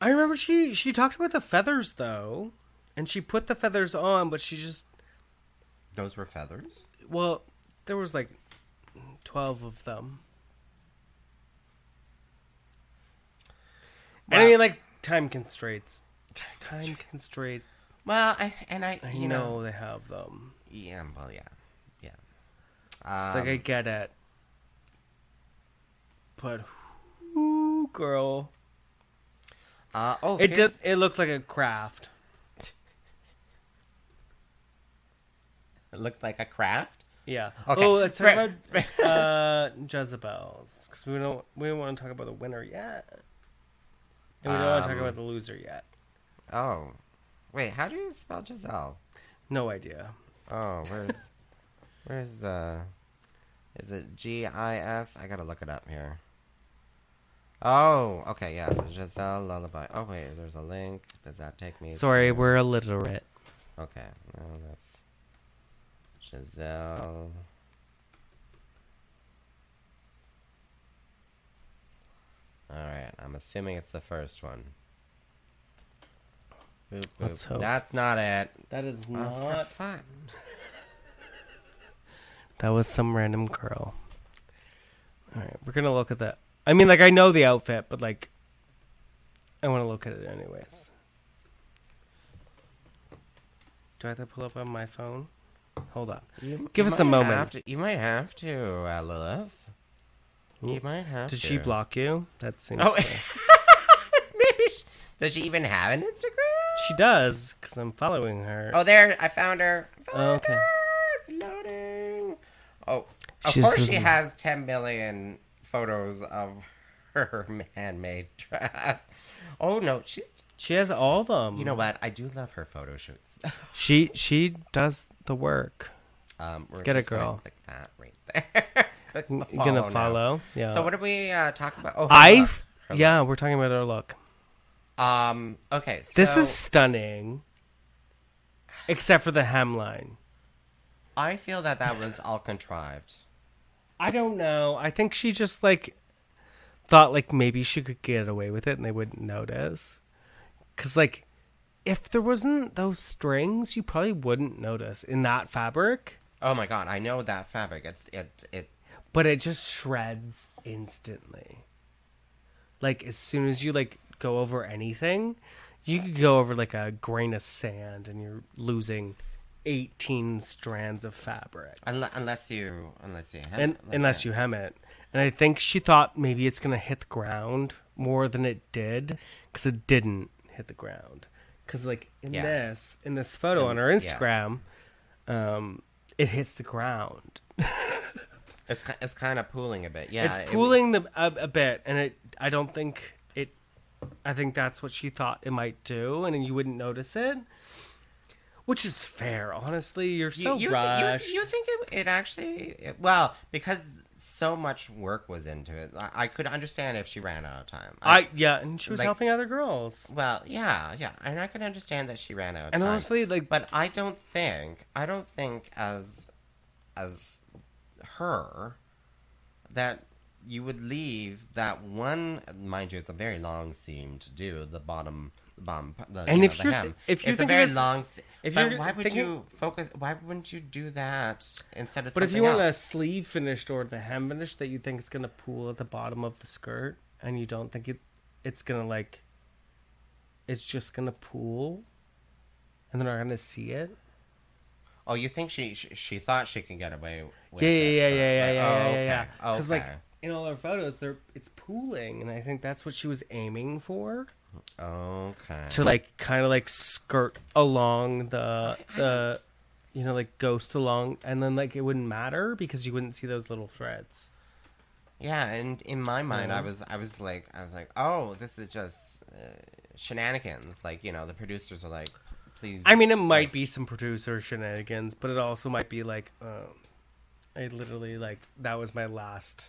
S3: I remember she she talked about the feathers though, and she put the feathers on, but she just
S1: Those were feathers.
S3: well, there was like twelve of them. I
S1: Wow.
S3: mean, like time constraints. Time constraints.
S1: Well, I and I,
S3: I
S1: you know,
S3: know, they have them.
S1: yeah, well, yeah, yeah. Um,
S3: It's like I get it, but whoo, girl,
S1: uh, oh,
S3: it
S1: here's-
S3: just it looked like a craft.
S1: It looked like a craft.
S3: Yeah.
S1: Okay.
S3: Oh, let's talk
S1: Right.
S3: about uh, Jezebel's because we don't we don't want to talk about the winner yet, and we don't want to talk
S1: Um,
S3: about the loser yet.
S1: Oh, wait, how do you spell Giselle?
S3: No idea.
S1: Oh, where's, where's uh, is it G I S? I gotta look it up here. Oh, okay, yeah, Giselle Lullaby. Oh wait, there's a link. Does that take me? to-
S3: Sorry, we're illiterate.
S1: Okay, well that's Giselle I'm assuming it's the first one. Boop, boop.
S3: Let's hope.
S1: That's not it.
S3: That is
S1: Oh, for
S3: not.
S1: fun.
S3: That was some random girl. All right, we're gonna look at that. I mean, like I know the outfit, but like, I want to look at it anyways. Do I have to pull up on my phone? Hold on.
S1: You
S3: Give
S1: you
S3: us a
S1: might
S3: moment.
S1: have to- you might have to, uh, Lilith. You might have
S3: Did
S1: to.
S3: she block you? That seems.
S1: Oh,
S3: fair.
S1: maybe. She, does she even have an Instagram?
S3: she does, because I'm following her.
S1: Oh, there. I found her. I found
S3: Okay.
S1: her. It's loading. Oh, of
S3: She's
S1: course
S3: just-
S1: she has 10 million photos of her handmade dress. Oh, no. She's.
S3: She has all of them.
S1: You know what? I do love her photo shoots.
S3: she she does the work.
S1: Um, we're
S3: Get a
S1: just gonna
S3: girl.
S1: Click that right there. Click the
S3: You gonna
S1: now.
S3: follow? Yeah.
S1: So, what did we uh, talk about? Oh, her
S3: I?
S1: look. Her
S3: Yeah, we're talking about her look.
S1: look. Um, okay. So
S3: This is stunning, except for the hemline.
S1: I feel that that was all contrived.
S3: I don't know. I think she just like thought like maybe she could get away with it and they wouldn't notice. Cuz like if there wasn't those strings, you probably wouldn't notice in that fabric,
S1: Oh my god, I know that fabric. It it it
S3: but it just shreds instantly. Like as soon as you like go over anything, you could go over like a grain of sand and you're losing 18 strands of fabric.
S1: unle- unless you unless you have
S3: and unless you hem it. And I think she thought maybe it's gonna hit the ground more than it did, because it didn't hit the ground. Because like in
S1: Yeah.
S3: this in this photo on
S1: And-
S3: her
S1: yeah.
S3: Instagram, um, it hits the ground.
S1: it's, ki- it's kind of pooling a bit. Yeah, it
S3: it's
S1: would-
S3: pooling the a, a bit, and it. I don't think it. I think that's what she thought it might do, and then you wouldn't notice it. Which is fair, honestly. You're
S1: you,
S3: so
S1: you, you,
S3: rushed.
S1: you think it, it actually it- well because so much work was into it. I, I could understand if she ran out of time.
S3: I yeah, and she was
S1: like-
S3: helping other girls.
S1: well, yeah, yeah, and I could understand that she ran out of
S3: And
S1: time.
S3: honestly, like
S1: but I don't think I don't think as as her that you would leave that one mind you it's a very long seam to do the bottom the bottom p- the,
S3: And
S1: you
S3: if
S1: know, the
S3: you're-
S1: hem.
S3: if you
S1: it's
S3: think
S1: a very
S3: it's-
S1: long se-
S3: if
S1: but
S3: you're
S1: why would
S3: thinking-
S1: you focus why wouldn't you do that instead of
S3: But if you
S1: something
S3: want a
S1: else?
S3: sleeve finished or the hem finished that you think is gonna pool at the bottom of the skirt, and you don't think it, it's gonna like, it's just gonna pool, and they're not gonna see it.
S1: oh you think she, she she thought she can get away with
S3: yeah,
S1: it,
S3: yeah, yeah,
S1: so-
S3: yeah, yeah,
S1: like,
S3: yeah,
S1: oh,
S3: yeah,
S1: okay.
S3: yeah.
S1: okay.
S3: Because like in all her photos, they're it's pooling, and I think that's what she was aiming for
S1: okay
S3: to like kind of like skirt along the the, you know, like ghost along, and then like it wouldn't matter because you wouldn't see those little threads.
S1: Yeah, and in my mind, I was, I was like, I was like, oh, this is just uh, shenanigans. Like, you know, the producers are like, please.
S3: I mean, it might be some producer shenanigans, but it also might be like, um, I literally like that was my last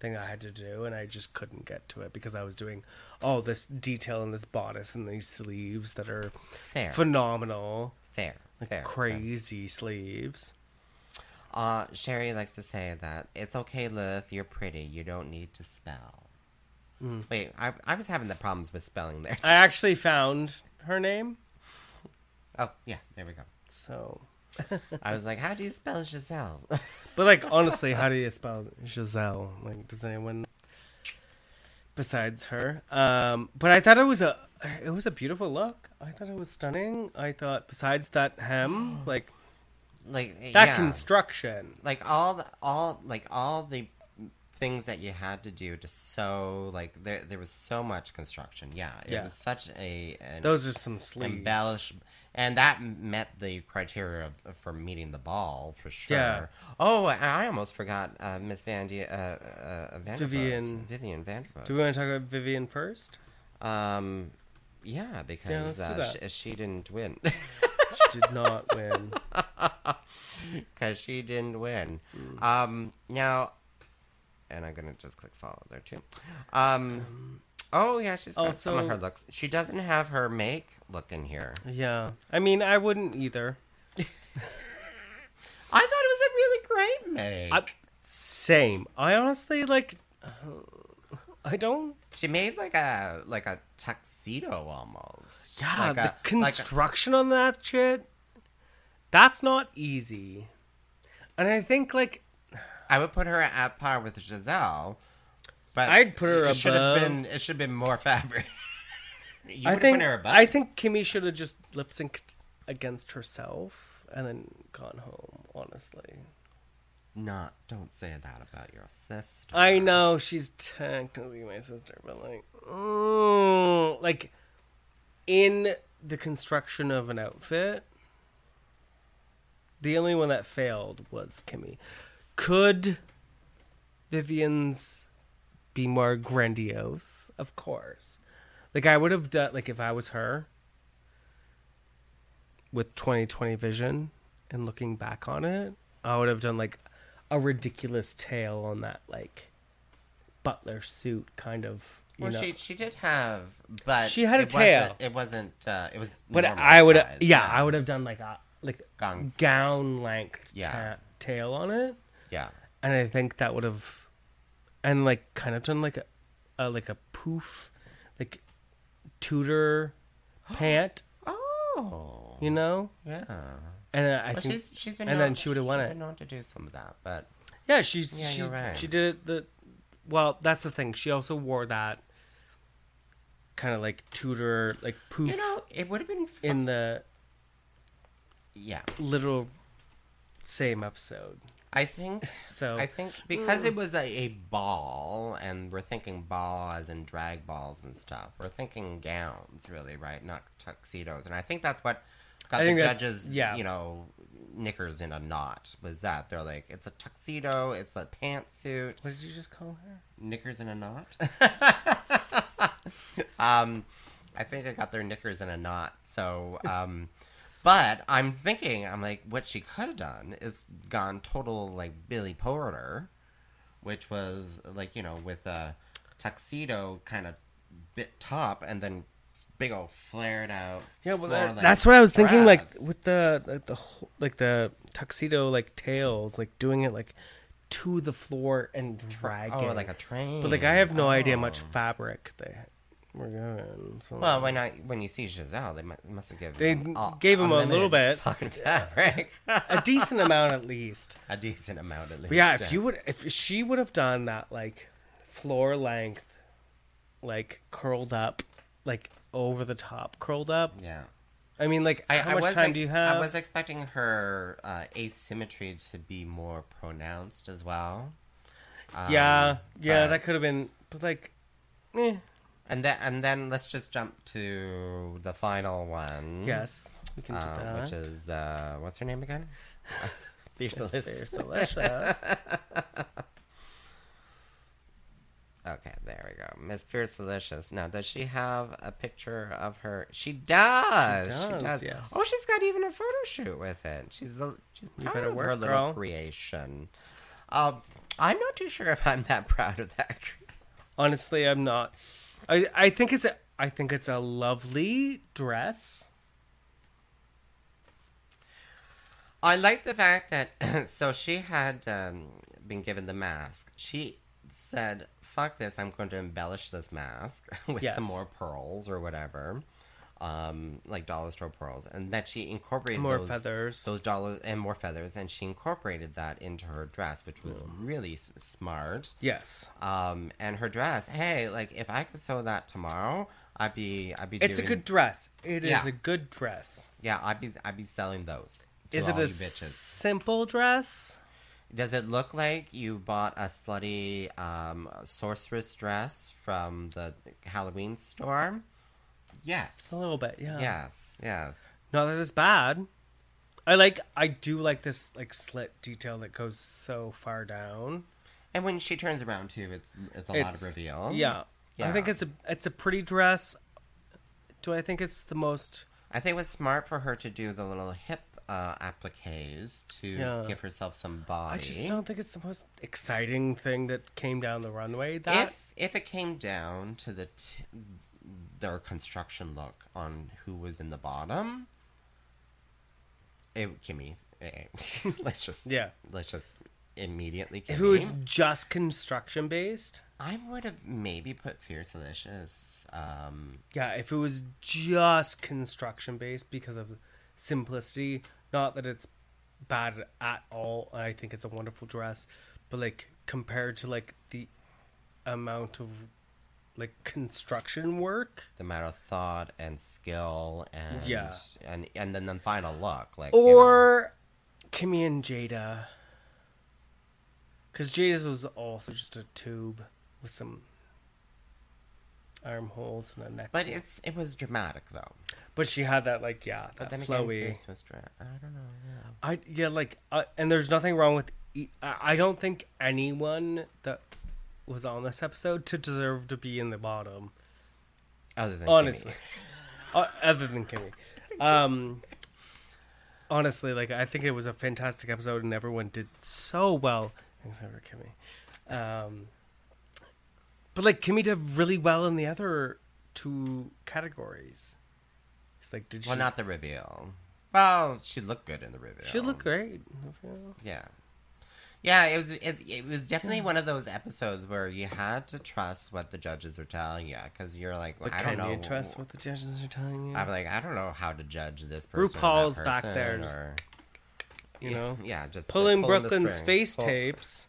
S3: thing I had to do, and I just couldn't get to it because I was doing all this detail in this bodice and these sleeves that are
S1: fair,
S3: phenomenal,
S1: fair, fair, fair.
S3: crazy sleeves.
S1: Uh, Sherry likes to say that it's okay, Lilith. You're pretty. You don't need to spell. Wait, I, I was having the problems with spelling there.
S3: Mm. I actually found her name,
S1: oh, yeah, there we go.
S3: so.
S1: I was like, how do you spell Giselle?
S3: But like honestly, how do you spell Giselle? Like, does anyone besides her? Um, but I thought it was a it was a beautiful look. I thought it was stunning. I thought besides that hem, like
S1: like
S3: that
S1: yeah.
S3: construction.
S1: like all the, all like all the things that you had to do to sew like there there was so much construction yeah it
S3: Yeah.
S1: was such a an
S3: Those are some sleeves.
S1: embellish and that met the criteria of, for meeting the ball for sure
S3: Yeah.
S1: oh and i almost forgot uh, miss van D- uh, uh, Vandervoos,
S3: Vivian-
S1: vivian Vandervoos.
S3: Do we want to talk about Vivian first?
S1: um yeah because
S3: let's do
S1: uh,
S3: that.
S1: sh- she didn't win
S3: She did not win.
S1: because she didn't win.
S3: Hmm.
S1: Um, now, and I'm gonna just click follow there too. Um, oh yeah, she's got some of
S3: Also-
S1: her looks. She doesn't have her make look in here.
S3: Yeah, I mean, I wouldn't either.
S1: I thought it was a really great make.
S3: I, same. I honestly like. I don't.
S1: She made like a like a tuxedo almost.
S3: Yeah,
S1: like
S3: the
S1: a- like a-
S3: construction on that shit. That's not easy. And I think like
S1: I would put her at par with Giselle, but
S3: I'd put her
S1: it Should have
S3: above.
S1: been it should have been more fabric. you
S3: I
S1: would
S3: think
S1: have put her above.
S3: I think Kimmy should have just lip synced against herself and then gone home. Honestly,
S1: Not don't say that about your sister.
S3: I know she's technically my sister, but like, mm, like in the construction of an outfit, the only one that failed was Kimmy. Could Vivian's be more grandiose? Of course. Like I would have done like if I was her with 2020 vision and looking back on it, I would have done like a ridiculous tail on that like butler suit kind of you
S1: Well,
S3: know.
S1: she she did have, but
S3: She had a
S1: it
S3: tail.
S1: Wasn't, it wasn't. Uh, it was.
S3: but
S1: normal
S3: I would
S1: size,
S3: yeah, I would have done like a like
S1: Gown.
S3: gown length
S1: Yeah.
S3: ta- tail on it.
S1: Yeah,
S3: and I think that would have, and like kind of done like a, a like a poof, like Tudor pant,
S1: Oh.
S3: you know.
S1: Yeah.
S3: And uh, I
S1: Well,
S3: think
S1: she's she's been
S3: and
S1: known-
S3: then she would have won
S1: she's
S3: it.
S1: been known to do some of that, but
S3: Yeah, she's
S1: Yeah,
S3: she's
S1: you're right.
S3: she did it the well, that's the thing. She also wore that kind of like Tudor like poof
S1: you know uh it would have been fun.
S3: in the
S1: yeah.
S3: literal same episode.
S1: I think
S3: So- mm.
S1: I think because it was a, a ball, and we're thinking ball as in drag balls and stuff. We're thinking gowns, really, right? Not tuxedos. And I think that's what got
S3: I
S1: the
S3: think that's-
S1: judges,
S3: yeah.
S1: you know, knickers in a knot. Was that they're like, it's a tuxedo, it's a pantsuit,
S3: What did you just call her?
S1: knickers in a knot. um, I think I got their knickers in a knot. So, um, but I'm thinking, I'm like, what she could have done is gone total like Billy Porter, which was like you know with a tuxedo kind of bit top and then big old flared out.
S3: Yeah,
S1: floor
S3: well, that-
S1: length
S3: that's what I was thinking. Like
S1: dress.
S3: with the like the whole- like the tuxedo like tails, like doing it like to the floor and dragging.
S1: oh, like a train.
S3: but like I have no idea much
S1: Oh.
S3: fabric they were going. So.
S1: Well, when I when you see Giselle, they mu- must have given
S3: They
S1: him all-
S3: gave him a
S1: unlimited
S3: little bit.
S1: fucking fabric,
S3: a decent amount at least.
S1: a decent amount at least.
S3: But yeah, if you would, if she would have done that like floor length, like curled up, like over the top, curled up.
S1: yeah.
S3: I mean, like
S1: I,
S3: how
S1: I
S3: much
S1: was
S3: time
S1: ex-
S3: do you have?
S1: I was expecting her uh, asymmetry to be more pronounced as well. Um,
S3: yeah, yeah,
S1: but-
S3: that could have been. But like, eh,
S1: and then and then let's just jump to the final one.
S3: yes, we can do
S1: Mm-hmm. uh,
S3: that.
S1: which is uh, what's her name again? Fierce
S3: Yes,
S1: Elise.
S3: fair, so let's, uh,
S1: Okay, there we go. Miss Fierce Delicious. Now, does she have a picture of her? She does. She does.
S3: does, yes.
S1: Oh, she's got even a photo shoot with it. She's a, she's proud
S3: better
S1: of her
S3: work,
S1: little
S3: girl.
S1: creation. Um, I'm not too sure if I'm that proud of that. cre-
S3: Honestly, I'm not. I I think it's a I think it's a lovely dress.
S1: I like the fact that so she had um, been given the mask. She said, "Fuck this! I'm going to embellish this mask with
S3: Yes.
S1: some more pearls or whatever." Um, like dollar store pearls, and that she incorporated
S3: More
S1: those,
S3: feathers.
S1: those dollars, and more feathers, and she incorporated that into her dress, which was really s- smart.
S3: Yes,
S1: Um, and her dress, hey, like if I could sew that tomorrow, I'd be, I'd be.
S3: it's
S1: doing,
S3: a good dress. It is
S1: Yeah.
S3: a good dress.
S1: Yeah, I'd be, I'd be selling those. to
S3: Is it
S1: all you
S3: a
S1: bitches.
S3: simple dress?
S1: Does it look like you bought a slutty um, sorceress dress from the Halloween store? Yes.
S3: A little bit, Oh, yeah.
S1: Yes. Yes.
S3: Not that it's bad. I like. I do like this like slit detail that goes so far down.
S1: And when she turns around too, it's it's a lot of
S3: It's-
S1: reveal.
S3: Yeah. I think
S1: Yeah.
S3: it's a it's a pretty dress. Do I think it's the most?
S1: I think it was smart for her to do the little hip uh, appliques to
S3: Yeah.
S1: give herself some body.
S3: I just don't think it's the most exciting thing that came down the runway. That
S1: if if it came down to the t- their construction look on who was in the bottom, it, Kimmy. eh, eh, let's just
S3: Yeah.
S1: Let's just immediately came.
S3: Who is just construction based?
S1: I would have maybe put Fierce Delicious. Um,
S3: Yeah, if it was just construction based because of simplicity, not that it's bad at all. I think it's a wonderful dress, but like compared to like the amount of like construction work
S1: the matter of thought and skill and
S3: Yeah.
S1: and and then the final look like you know.
S3: or Kimmy and Jada. Because Jada's was also just a tube with some armholes and a neck.
S1: but it's it was dramatic though.
S3: But she had that like yeah, that
S1: But then again,
S3: flowy.
S1: Fierce was dra- I don't know. Yeah.
S3: I yeah, like, uh, and there's nothing wrong with. E- I I don't think anyone that was on this episode to deserve to be in the bottom.
S1: Other than
S3: Honestly,
S1: Kimmy.
S3: O- other than Kimmy. Um, honestly, like I think it was a fantastic episode, and everyone did so well except for Kimmy. Um, but like Kimmy did really well in the other two categories. It's like did she?
S1: well, not the reveal. Well, she looked good in the reveal.
S3: she looked great.
S1: Yeah. Yeah, it was it, it was definitely one of those episodes where you had to trust what the judges were telling you because you're like,
S3: But
S1: I don't
S3: can
S1: know.
S3: you trust what the judges are telling you?
S1: I'm like, I don't know how to judge this person. or that
S3: RuPaul's back there,
S1: person,
S3: just-
S1: or-
S3: you know,
S1: yeah, just
S3: pulling
S1: the
S3: Brooklyn's
S1: strings.
S3: face
S1: Pull-
S3: tapes.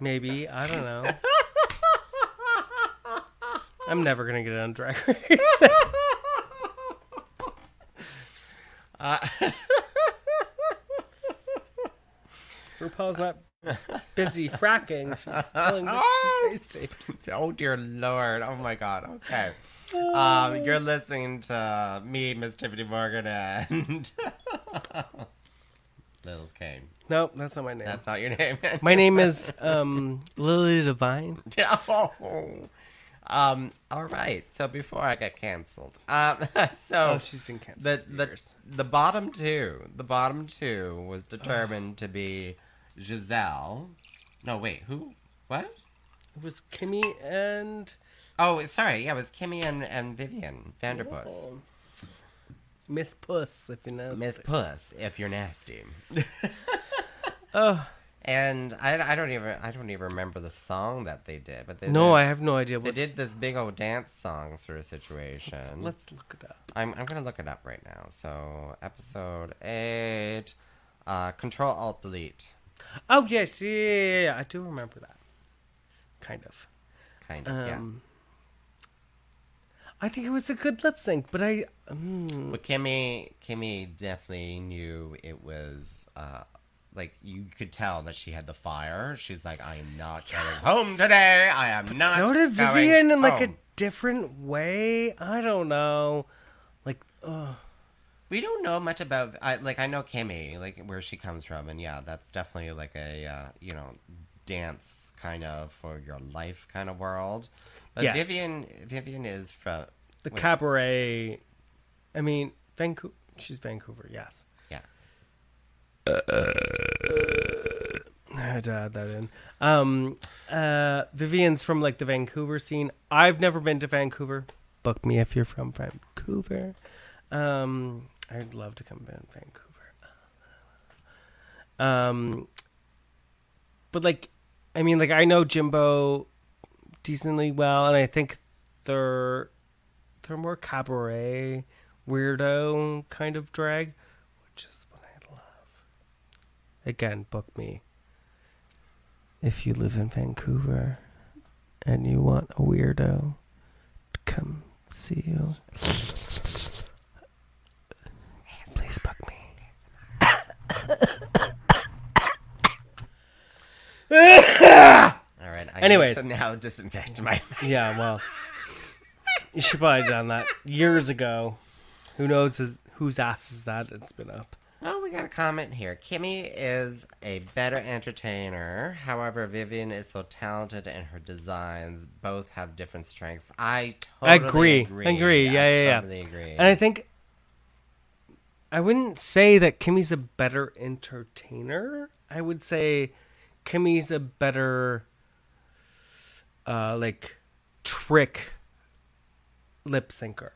S3: Maybe I don't know. I'm never gonna get it on Drag Race.
S1: Uh,
S3: RuPaul's not busy fracking; she's pulling Brooklyn's face tapes.
S1: Oh dear lord! Oh my god! Okay, um, you're listening to me, Miss Tiffany Morgan, and Little Kane.
S3: Nope, that's not my name.
S1: That's not your name.
S3: My name is um, Lily Divine.
S1: No. Um, all right. So before I got canceled, um, so
S3: Oh, she's been canceled.
S1: the
S3: for
S1: the,
S3: years.
S1: the bottom two, the bottom two was determined to be Giselle. No, wait, who? What?
S3: It was Kimmy and
S1: Oh, sorry. Yeah, it was Kimmy and, and Vivian Vanderpuss.
S3: Miss Puss, if you know.
S1: Miss Puss, if you're nasty.
S3: Oh.
S1: And I, I don't even I don't even remember the song that they did, but they
S3: No,
S1: did,
S3: I have no idea
S1: they
S3: what
S1: did this big old dance song sort of situation.
S3: Let's look it up.
S1: I'm, I'm gonna look it up right now. So episode eight, uh, Control Alt Delete,
S3: Oh yes, yeah, yeah, yeah, I do remember that. Kind of.
S1: kind of.
S3: Um, I think it was a good lip sync, but I mm,
S1: yeah. But Kimmy, Kimmy definitely knew it was. Uh, like you could tell that she had the fire. She's like, I am not going home today. I am not.
S3: so did
S1: going Oh.
S3: Vivian in like a
S1: home."
S3: different way. I don't know. Like, uh,
S1: We don't know much about. I like I know Kimmy, like where she comes from, and yeah, that's definitely like a uh, you know dance kind of for your life kind of world. But
S3: Yes.
S1: Vivian, Vivian is from
S3: the
S1: wait,
S3: cabaret. I mean, Vancouver. She's Vancouver. Yes.
S1: Yeah,
S3: I had to add uh, that in. Um, uh, Vivian's from like the Vancouver scene. I've never been to Vancouver. Book me if you're from Vancouver. Um, I'd love to come to Vancouver. Um, but like, I mean, like I know Jimbo decently well, and I think they're they're more cabaret weirdo kind of drag, which is what I love. Again, book me if you live in Vancouver and you want a weirdo to come see you, please book me.
S1: all right. I
S3: Anyways.
S1: need to now disinfect my.
S3: Yeah, well, you should probably have done that years ago. Who knows his, whose ass is that? It's been up.
S1: Oh, we got a comment here. Kimmy is a better entertainer. However, Vivian is so talented in her designs. Both have different strengths. I totally
S3: Agree.
S1: agree.
S3: Agree.
S1: I
S3: Yeah, yeah, yeah.
S1: Totally agree.
S3: And I think I wouldn't say that Kimmy's a better entertainer. I would say Kimmy's a better uh like trick lip syncer.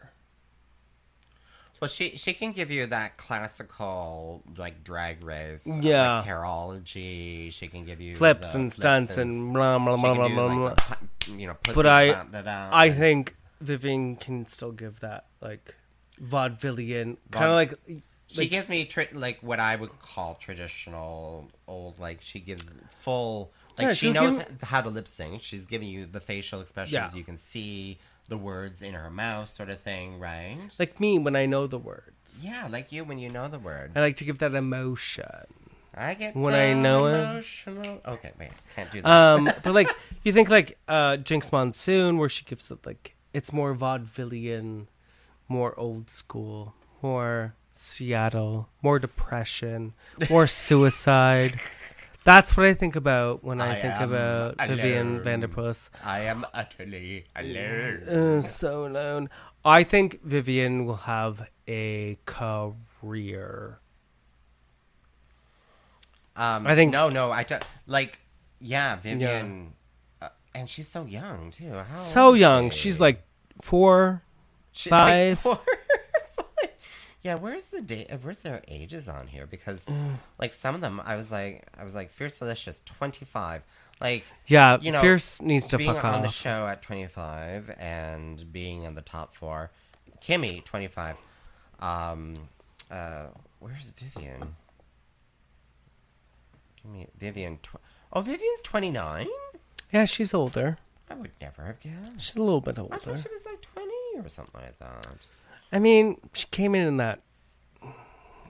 S1: Well, she she can give you that classical like drag race, uh,
S3: Yeah.
S1: like, hairology. She can give you
S3: Flips
S1: the
S3: and stunts and blah, blah,
S1: she
S3: blah,
S1: can
S3: blah,
S1: do,
S3: blah,
S1: like, the pla- you know.
S3: But I-
S1: I
S3: I think Vivian can still give that like vaudevillian kind
S1: Vaude-
S3: of like
S1: she gives me tri- like what I would call traditional old. Like she gives full. Like
S3: Yeah,
S1: she
S3: she'll
S1: knows
S3: give-
S1: how to lip sync. She's giving you the facial expressions.
S3: Yeah.
S1: You can see the words in her mouth, sort of thing, right?
S3: like me when I know the words.
S1: Yeah, like you when you know the words.
S3: I like to give that emotion.
S1: I get
S3: When
S1: so
S3: I know it.
S1: emotional. Okay, wait, can't do that.
S3: Um, but like you think like uh, Jinx Monsoon, where she gives it like it's more vaudevillian, more old school, more Seattle, more depression, more suicide. That's what I think about when I,
S1: I
S3: think
S1: am
S3: about Vivian
S1: alone.
S3: Vanderpuss.
S1: I am utterly alone.
S3: Oh, so alone. I think Vivian will have a career.
S1: Um,
S3: I think-
S1: no, no. I t- like, yeah, Vivian, uh, and she's so young too. How old
S3: So
S1: is
S3: young.
S1: she?
S3: She's like four.
S1: She's
S3: five.
S1: four, five. Yeah, where's the date? Where's their ages on here? Because
S3: Mm.
S1: like some of them, I was like, I was like, Fierce Delicious, twenty five. Like,
S3: Yeah,
S1: you know,
S3: Uh, Fierce needs to
S1: being
S3: fuck
S1: on the
S3: off.
S1: show at twenty five and being in the top four. Kimmy, twenty five. Um, uh, where's Vivian? Give me Vivian. Tw- oh, Vivian's twenty nine.
S3: yeah, she's older.
S1: I would never have guessed.
S3: She's a little bit
S1: I
S3: older.
S1: thought she was like twenty or something like that.
S3: I mean, she came in in that.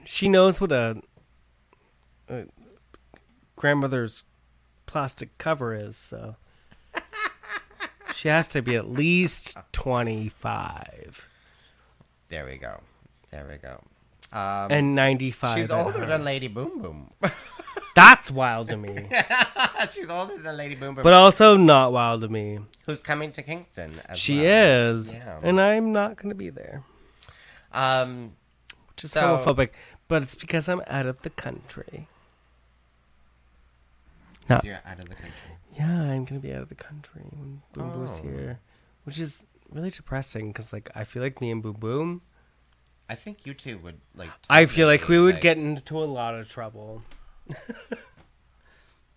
S3: She knows what a, a grandmother's plastic cover is, so she has to be at least twenty five
S1: There we go. There we go. Um,
S3: and ninety five.
S1: she's older than Lady Boom Boom.
S3: That's wild to me,
S1: she's older than Lady Boom Boom,
S3: but also not wild to me.
S1: who's coming to Kingston. As
S3: She
S1: well.
S3: is,
S1: Yeah.
S3: and I'm not going to be there,
S1: Um,
S3: which is
S1: So-
S3: homophobic. But it's because I'm out of the country. No,
S1: you're out of the country.
S3: yeah, I'm gonna be out of the country when Boom Boom's
S1: Oh.
S3: here, which is really depressing because like I feel like me and Boom Boom,
S1: I think you two would like.
S3: I feel like we
S1: totally,
S3: would get into a lot of trouble.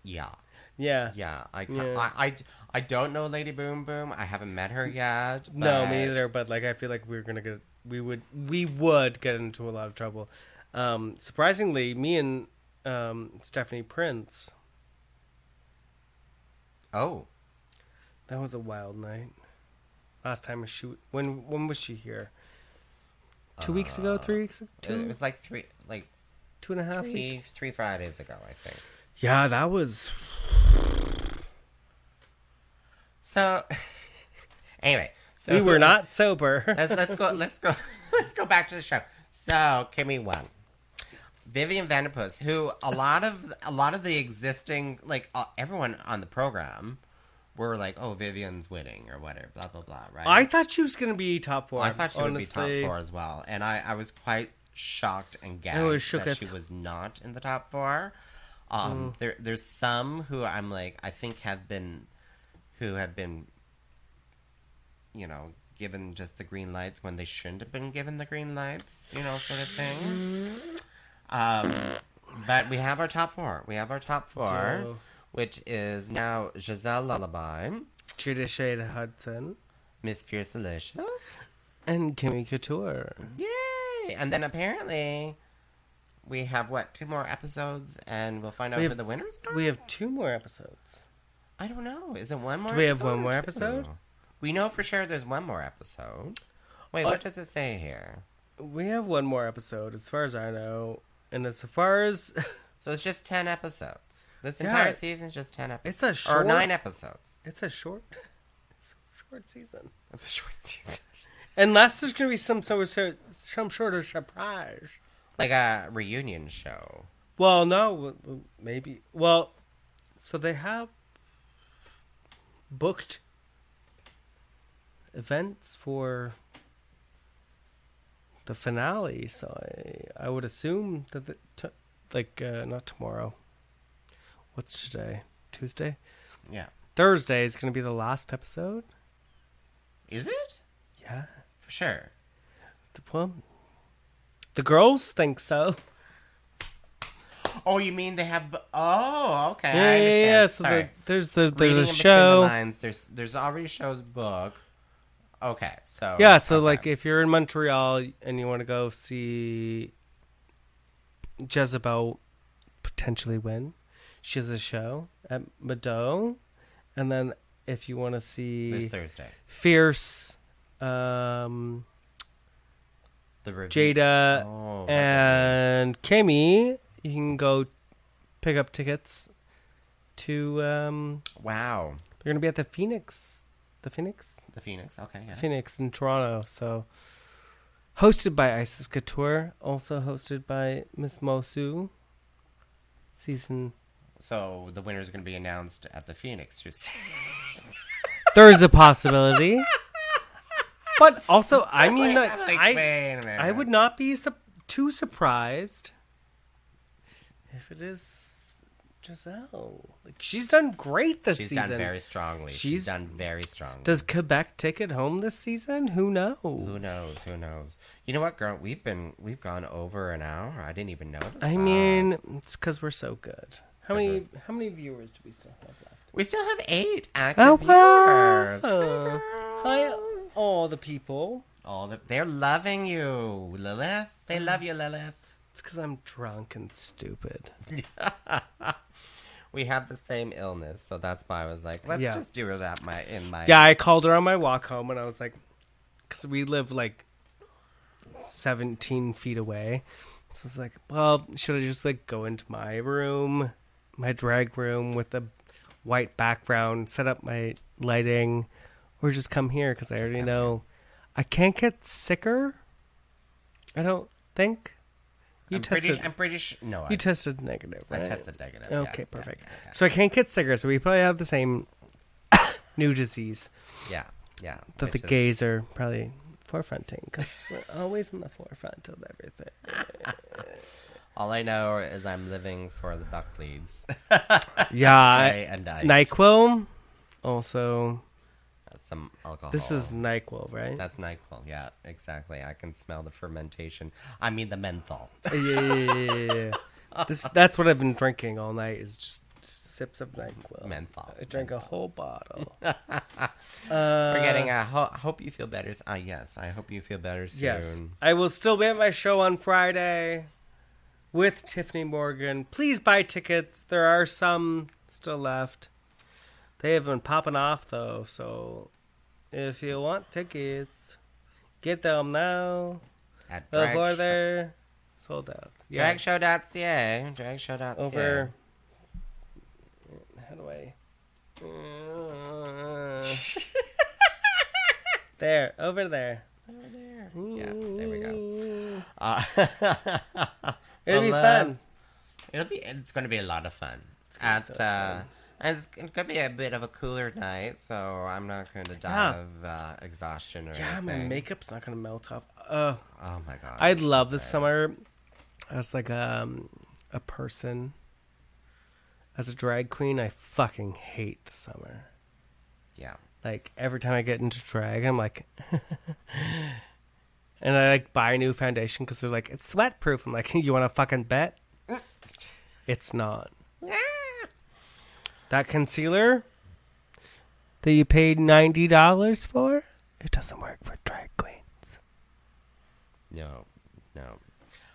S1: Yeah,
S3: Yeah,
S1: yeah. I, ca-
S3: Yeah.
S1: I, I, I don't know Lady Boom Boom. I haven't met her yet.
S3: no,
S1: but-
S3: me either. But like I feel like we're gonna get we would we would get into a lot of trouble. Um, surprisingly, me and um, Stephanie Prince,
S1: Oh,
S3: that was a wild night. Last time she when when was she here? Two weeks ago, three weeks, ago?
S1: it
S3: two
S1: was like three, like
S3: two and a half weeks.
S1: Uh, three, three Fridays ago, I think.
S3: Yeah, that was
S1: So, anyway, so
S3: we were not sober.
S1: let's let's go let's go let's go back to the show. So Kimmy won. Vivian Vanderpuss, who a lot of a lot of the existing like uh, everyone on the program were like, oh Vivian's winning or whatever, blah blah blah, right?
S3: I thought she was gonna be top four.
S1: I thought she
S3: honestly.
S1: would be top four as well, and I I was quite shocked and gagged
S3: was shooketh. Mm.
S1: that she was not in the top four. Um, there there's some who I'm like I think have been who have been you know given just the green lights when they shouldn't have been given the green lights, you know, sort of thing. Um, but we have our top four. We have our top four,
S3: Duh.
S1: which is now Giselle Lullaby,
S3: Judy Shade Hudson
S1: Miss Fierce Delicious.
S3: and Kimmy Couture.
S1: Yay! And then apparently, we have what two more episodes, and we'll find out
S3: We
S1: who
S3: have-
S1: the winners are.
S3: We have two more episodes.
S1: I don't know. Is it one more?
S3: Do we have
S1: episode
S3: one
S1: or
S3: more
S1: two?
S3: episode?
S1: We know for sure there's one more episode. Wait,
S3: Uh,
S1: what does it say here?
S3: We have one more episode, as far as I know, and as far as
S1: So it's just ten episodes. This
S3: Yeah.
S1: entire season's just ten episodes.
S3: it's a short,
S1: or nine e- episodes.
S3: it's a short, it's a short season.
S1: It's a short season.
S3: Unless there's gonna be some sort of some sort of surprise.
S1: like a reunion show.
S3: Well, no, w- w- maybe. Well, so they have booked events for the finale, so I, I would assume that the t- like uh, not tomorrow. What's today? Tuesday.
S1: Yeah.
S3: Thursday is going to be the last episode.
S1: Is it?
S3: Yeah.
S1: For sure.
S3: The plum. The girls think so.
S1: Oh, you mean they have? Oh, okay. I
S3: Yeah, yeah,
S1: understand.
S3: yeah. So
S1: Sorry.
S3: the, there's there's,
S1: Reading
S3: there's
S1: in
S3: a
S1: between the
S3: show.
S1: lines, there's there's already shows book. Okay, so
S3: Yeah, so
S1: Oh, okay.
S3: like if you're in Montreal and you want to go see Jezebel potentially win, she has a show at Mado. And then if you want to
S1: this
S3: see
S1: Thursday,
S3: Fierce, um,
S1: the review.
S3: Jada,
S1: Oh, that's
S3: and Kimmy, you can go pick up tickets to. Um,
S1: Wow,
S3: they're going to be at the Phoenix. The Phoenix?
S1: the Phoenix. Okay, yeah.
S3: Phoenix in Toronto. So, hosted by Isis Couture, also hosted by Miss Mosu. Season
S1: So the winners are going to be announced at the Phoenix. Just
S3: there is a possibility, but also I mean, like,
S1: I'm like,
S3: I
S1: wait a minute.
S3: I would not be sup too surprised if it is Giselle. Like she's done great this
S1: She's
S3: season.
S1: done very strongly. She's,
S3: She's-
S1: done very strongly.
S3: Does Quebec take it home this season? Who knows?
S1: who knows? Who knows? You know what, girl? We've been we've gone over an hour. I didn't even notice.
S3: I
S1: that.
S3: mean, it's because we're so good. How
S1: 'Cause
S3: many how many viewers do we still have left?
S1: we still have eight active
S3: Oh
S1: viewers.
S3: wow! Oh. Hi, all the people.
S1: All the, they're loving you, Lilith. They love you, Lilith.
S3: It's because I'm drunk and stupid.
S1: We have the same illness, so that's why I was like, let's
S3: Yeah.
S1: just do it at my in my
S3: Yeah, I called her on my walk home, and I was like, because we live like seventeen feet away, so it's like, well, should I just like go into my room, my drag room with a white background, set up my lighting, or just come here because I already know I can't get sicker. I don't think you
S1: I'm
S3: tested.
S1: pretty. I'm pretty sure. No, I,
S3: you tested negative,
S1: I
S3: right?
S1: tested negative. yeah,
S3: Okay,
S1: yeah,
S3: perfect.
S1: yeah, yeah.
S3: So I can't get sicker, so we probably have the same new disease
S1: Yeah, yeah.
S3: that the
S1: which is-
S3: gays are probably forefronting because we're always in the forefront of everything.
S1: All I know is I'm living for the Buckleys.
S3: Yeah,
S1: Day
S3: I,
S1: and night.
S3: Nyquil. Also,
S1: That's Some alcohol.
S3: this is Nyquil, right?
S1: Oh. that's Nyquil. Yeah, exactly. I can smell the fermentation. I mean the menthol.
S3: yeah, yeah, yeah, yeah, yeah. This that's what I've been drinking all night is just sips of Nyquil.
S1: Menthol.
S3: I drank a whole bottle.
S1: We're getting a ho- hope you feel better. s- Ah, yes. I hope you feel better soon.
S3: Yes. I will still be at my show on Friday with Tiffany Morgan. Please buy tickets. There are some still left. They have been popping off though, so if you want tickets, get them now
S1: At drag
S3: before
S1: show-
S3: they're sold out. Yeah.
S1: Dragshow.ca. Dragshow.ca.
S3: over how do I Uh, there, over there.
S1: Yeah, there Uh, we go.
S3: It'll be
S1: Well, uh,
S3: fun.
S1: It'll be. It's going to be a lot of fun.
S3: gonna be
S1: At
S3: so much
S1: uh, and it's going to be a bit of a cooler night, so I'm not going to die of uh, exhaustion or
S3: Yeah, my
S1: anything.
S3: makeup's not gonna melt off. Uh,
S1: oh my god.
S3: I love the summer as like um a person as a drag queen. I fucking hate the summer.
S1: yeah.
S3: Like every time I get into drag, I'm like, and I like buy new foundation because they're like it's sweat proof. I'm like, you want to fucking bet? It's not. That concealer that you paid ninety dollars for, it doesn't work for drag queens.
S1: No, no.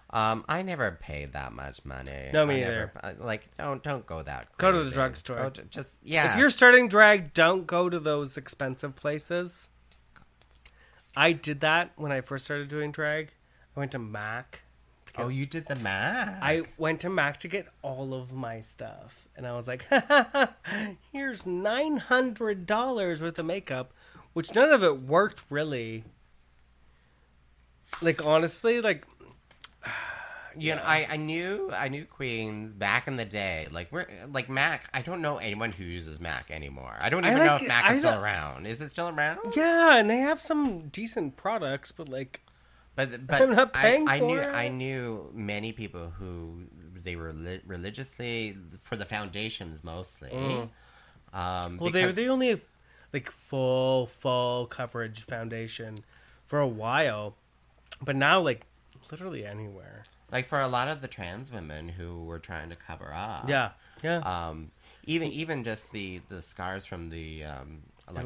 S1: Um, I never pay that much money.
S3: No, me
S1: I never-
S3: either.
S1: I- like, don't don't go that.
S3: Go to the
S1: crazy.
S3: drugstore.
S1: Go to- Just yeah.
S3: If you're starting drag, don't go to those expensive places. I did that when I first started doing drag. I went to Mac.
S1: oh, you did the math.
S3: I went to Mac to get all of my stuff. And I was like, here's $900 worth of makeup, which none of it worked really. Like, honestly, like,
S1: you know, I, I knew I knew Queens back in the day. Like we're like Mac. I don't know anyone who uses Mac anymore. I don't
S3: I
S1: even know
S3: like
S1: if
S3: it-
S1: Mac
S3: I
S1: is still
S3: don't-
S1: around. Is it still around?
S3: yeah, and they have some decent products, but like,
S1: But but
S3: I'm not paying
S1: I, I knew
S3: for it.
S1: I knew many people who they were li- religiously for the foundations mostly. Um,
S3: Mm. Well, they were
S1: because-
S3: the only like full full coverage foundation for a while, but now like literally anywhere.
S1: Like for a lot of the trans women who were trying to cover up.
S3: Yeah, yeah.
S1: Um, even even just the the scars from the um, electrolysis, and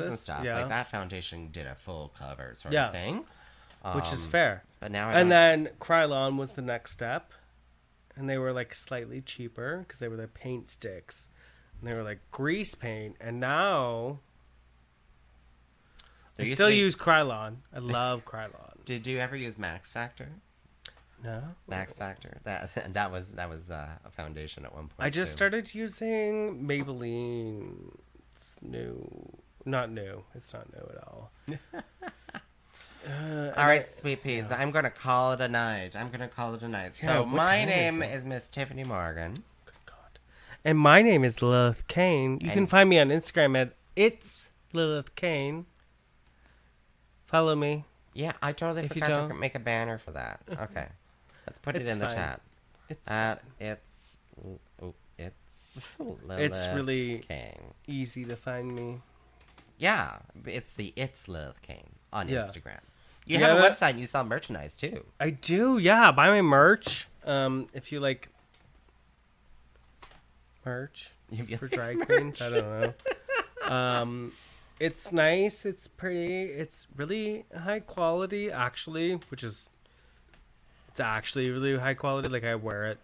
S3: Electrolysis,
S1: stuff
S3: yeah.
S1: like that foundation did a full cover sort
S3: Yeah.
S1: of thing. Um,
S3: which is fair.
S1: But now I
S3: And
S1: don't-
S3: then Krylon was the next step, and they were like slightly cheaper because they were the paint sticks, and they were like grease paint, and now
S1: There
S3: I
S1: used
S3: still
S1: to be-
S3: use Krylon. I love Krylon.
S1: Did you ever use Max Factor?
S3: No,
S1: Max Factor that that was that was uh, a foundation at one point.
S3: I just
S1: too.
S3: started using Maybelline. It's new, not new. It's not new at all.
S1: All right, sweet peas. I'm gonna call it a night. I'm gonna call it a night.
S3: Yeah,
S1: so
S3: what
S1: my
S3: time is
S1: name
S3: it?
S1: is Miss Tiffany Morgan.
S3: Good God. And my name is Lilith Kane. You can
S1: And-
S3: find me on Instagram at it's Lilith Kane. Follow me.
S1: Yeah, I totally
S3: If you
S1: forgot to
S3: don't-
S1: make a banner for that. Okay, let's put it
S3: It's
S1: in the
S3: fine.
S1: chat.
S3: It's
S1: At it's oh, it's
S3: It's
S1: Lilith
S3: really-
S1: King.
S3: easy to find me.
S1: Yeah, it's the it's Lilith King on
S3: Yeah.
S1: Instagram. You
S3: Yeah,
S1: have a
S3: that-
S1: website. and You sell merchandise too.
S3: I do, yeah. Buy my merch. Um, if you like merch
S1: If you
S3: for
S1: like
S3: drag queens, I don't know. Um, it's nice. It's pretty. It's really high quality, actually, which is it's actually really high quality. Like I wear it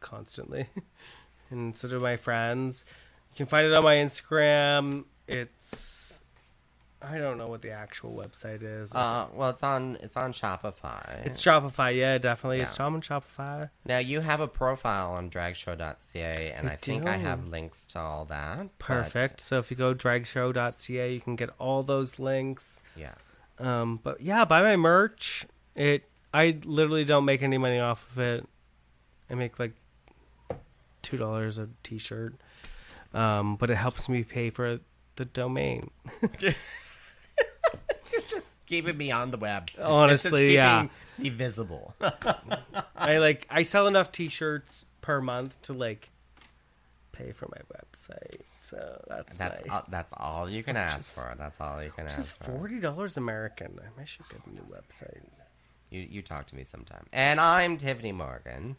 S3: constantly, and so do my friends. You can find it on my Instagram. It's I don't know what the actual website is.
S1: Uh, well, it's on it's on Shopify.
S3: It's Shopify, yeah, definitely. It's
S1: Yeah.
S3: on Shopify.
S1: now you have a profile on dragshow.ca, and I,
S3: I
S1: think I
S3: do.
S1: have links to all that. but-
S3: Perfect. So if you go dragshow.ca, you can get all those links.
S1: yeah.
S3: Um, but yeah, buy my merch. It I literally don't make any money off of it. I make like two dollars a t-shirt, um, but it helps me pay for the domain.
S1: It's just keeping me on the web.
S3: Honestly,
S1: It's just
S3: yeah.
S1: keeping Me visible.
S3: I like I sell enough t-shirts per month to like pay for my website. So that's
S1: That's
S3: nice.
S1: all, that's all you can ask for. That's all you can
S3: It's
S1: ask for.
S3: forty dollars American. I should get a new website.
S1: You you talk to me sometime. And I'm Tiffany Morgan.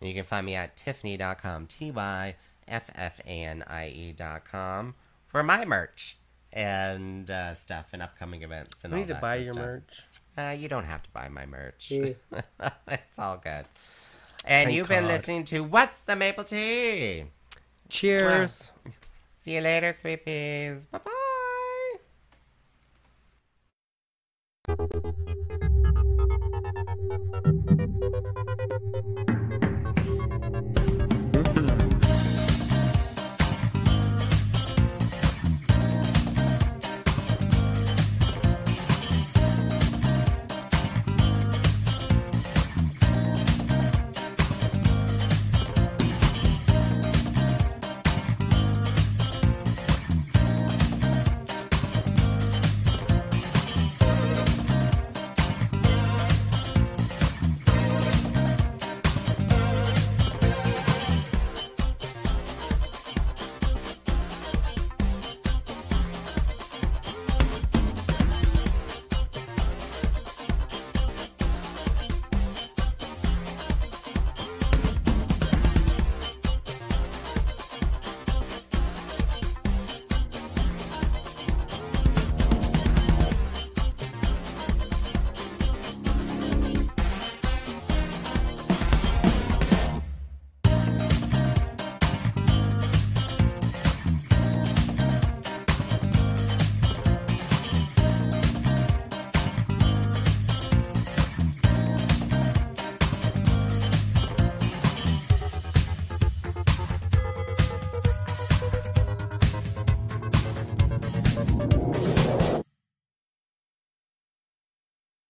S1: And you can find me at tiffany.com, T Y F F A N I E.com for my merch and uh, stuff and upcoming events and
S3: I
S1: all
S3: need to
S1: that
S3: buy
S1: good
S3: your
S1: stuff.
S3: merch.
S1: Uh, you don't have to buy my merch.
S3: Mm.
S1: it's all good. And
S3: Thank
S1: you've been
S3: God.
S1: listening to What's the Maple Tea?
S3: Cheers.
S1: See you later, sweet peas. Bye bye.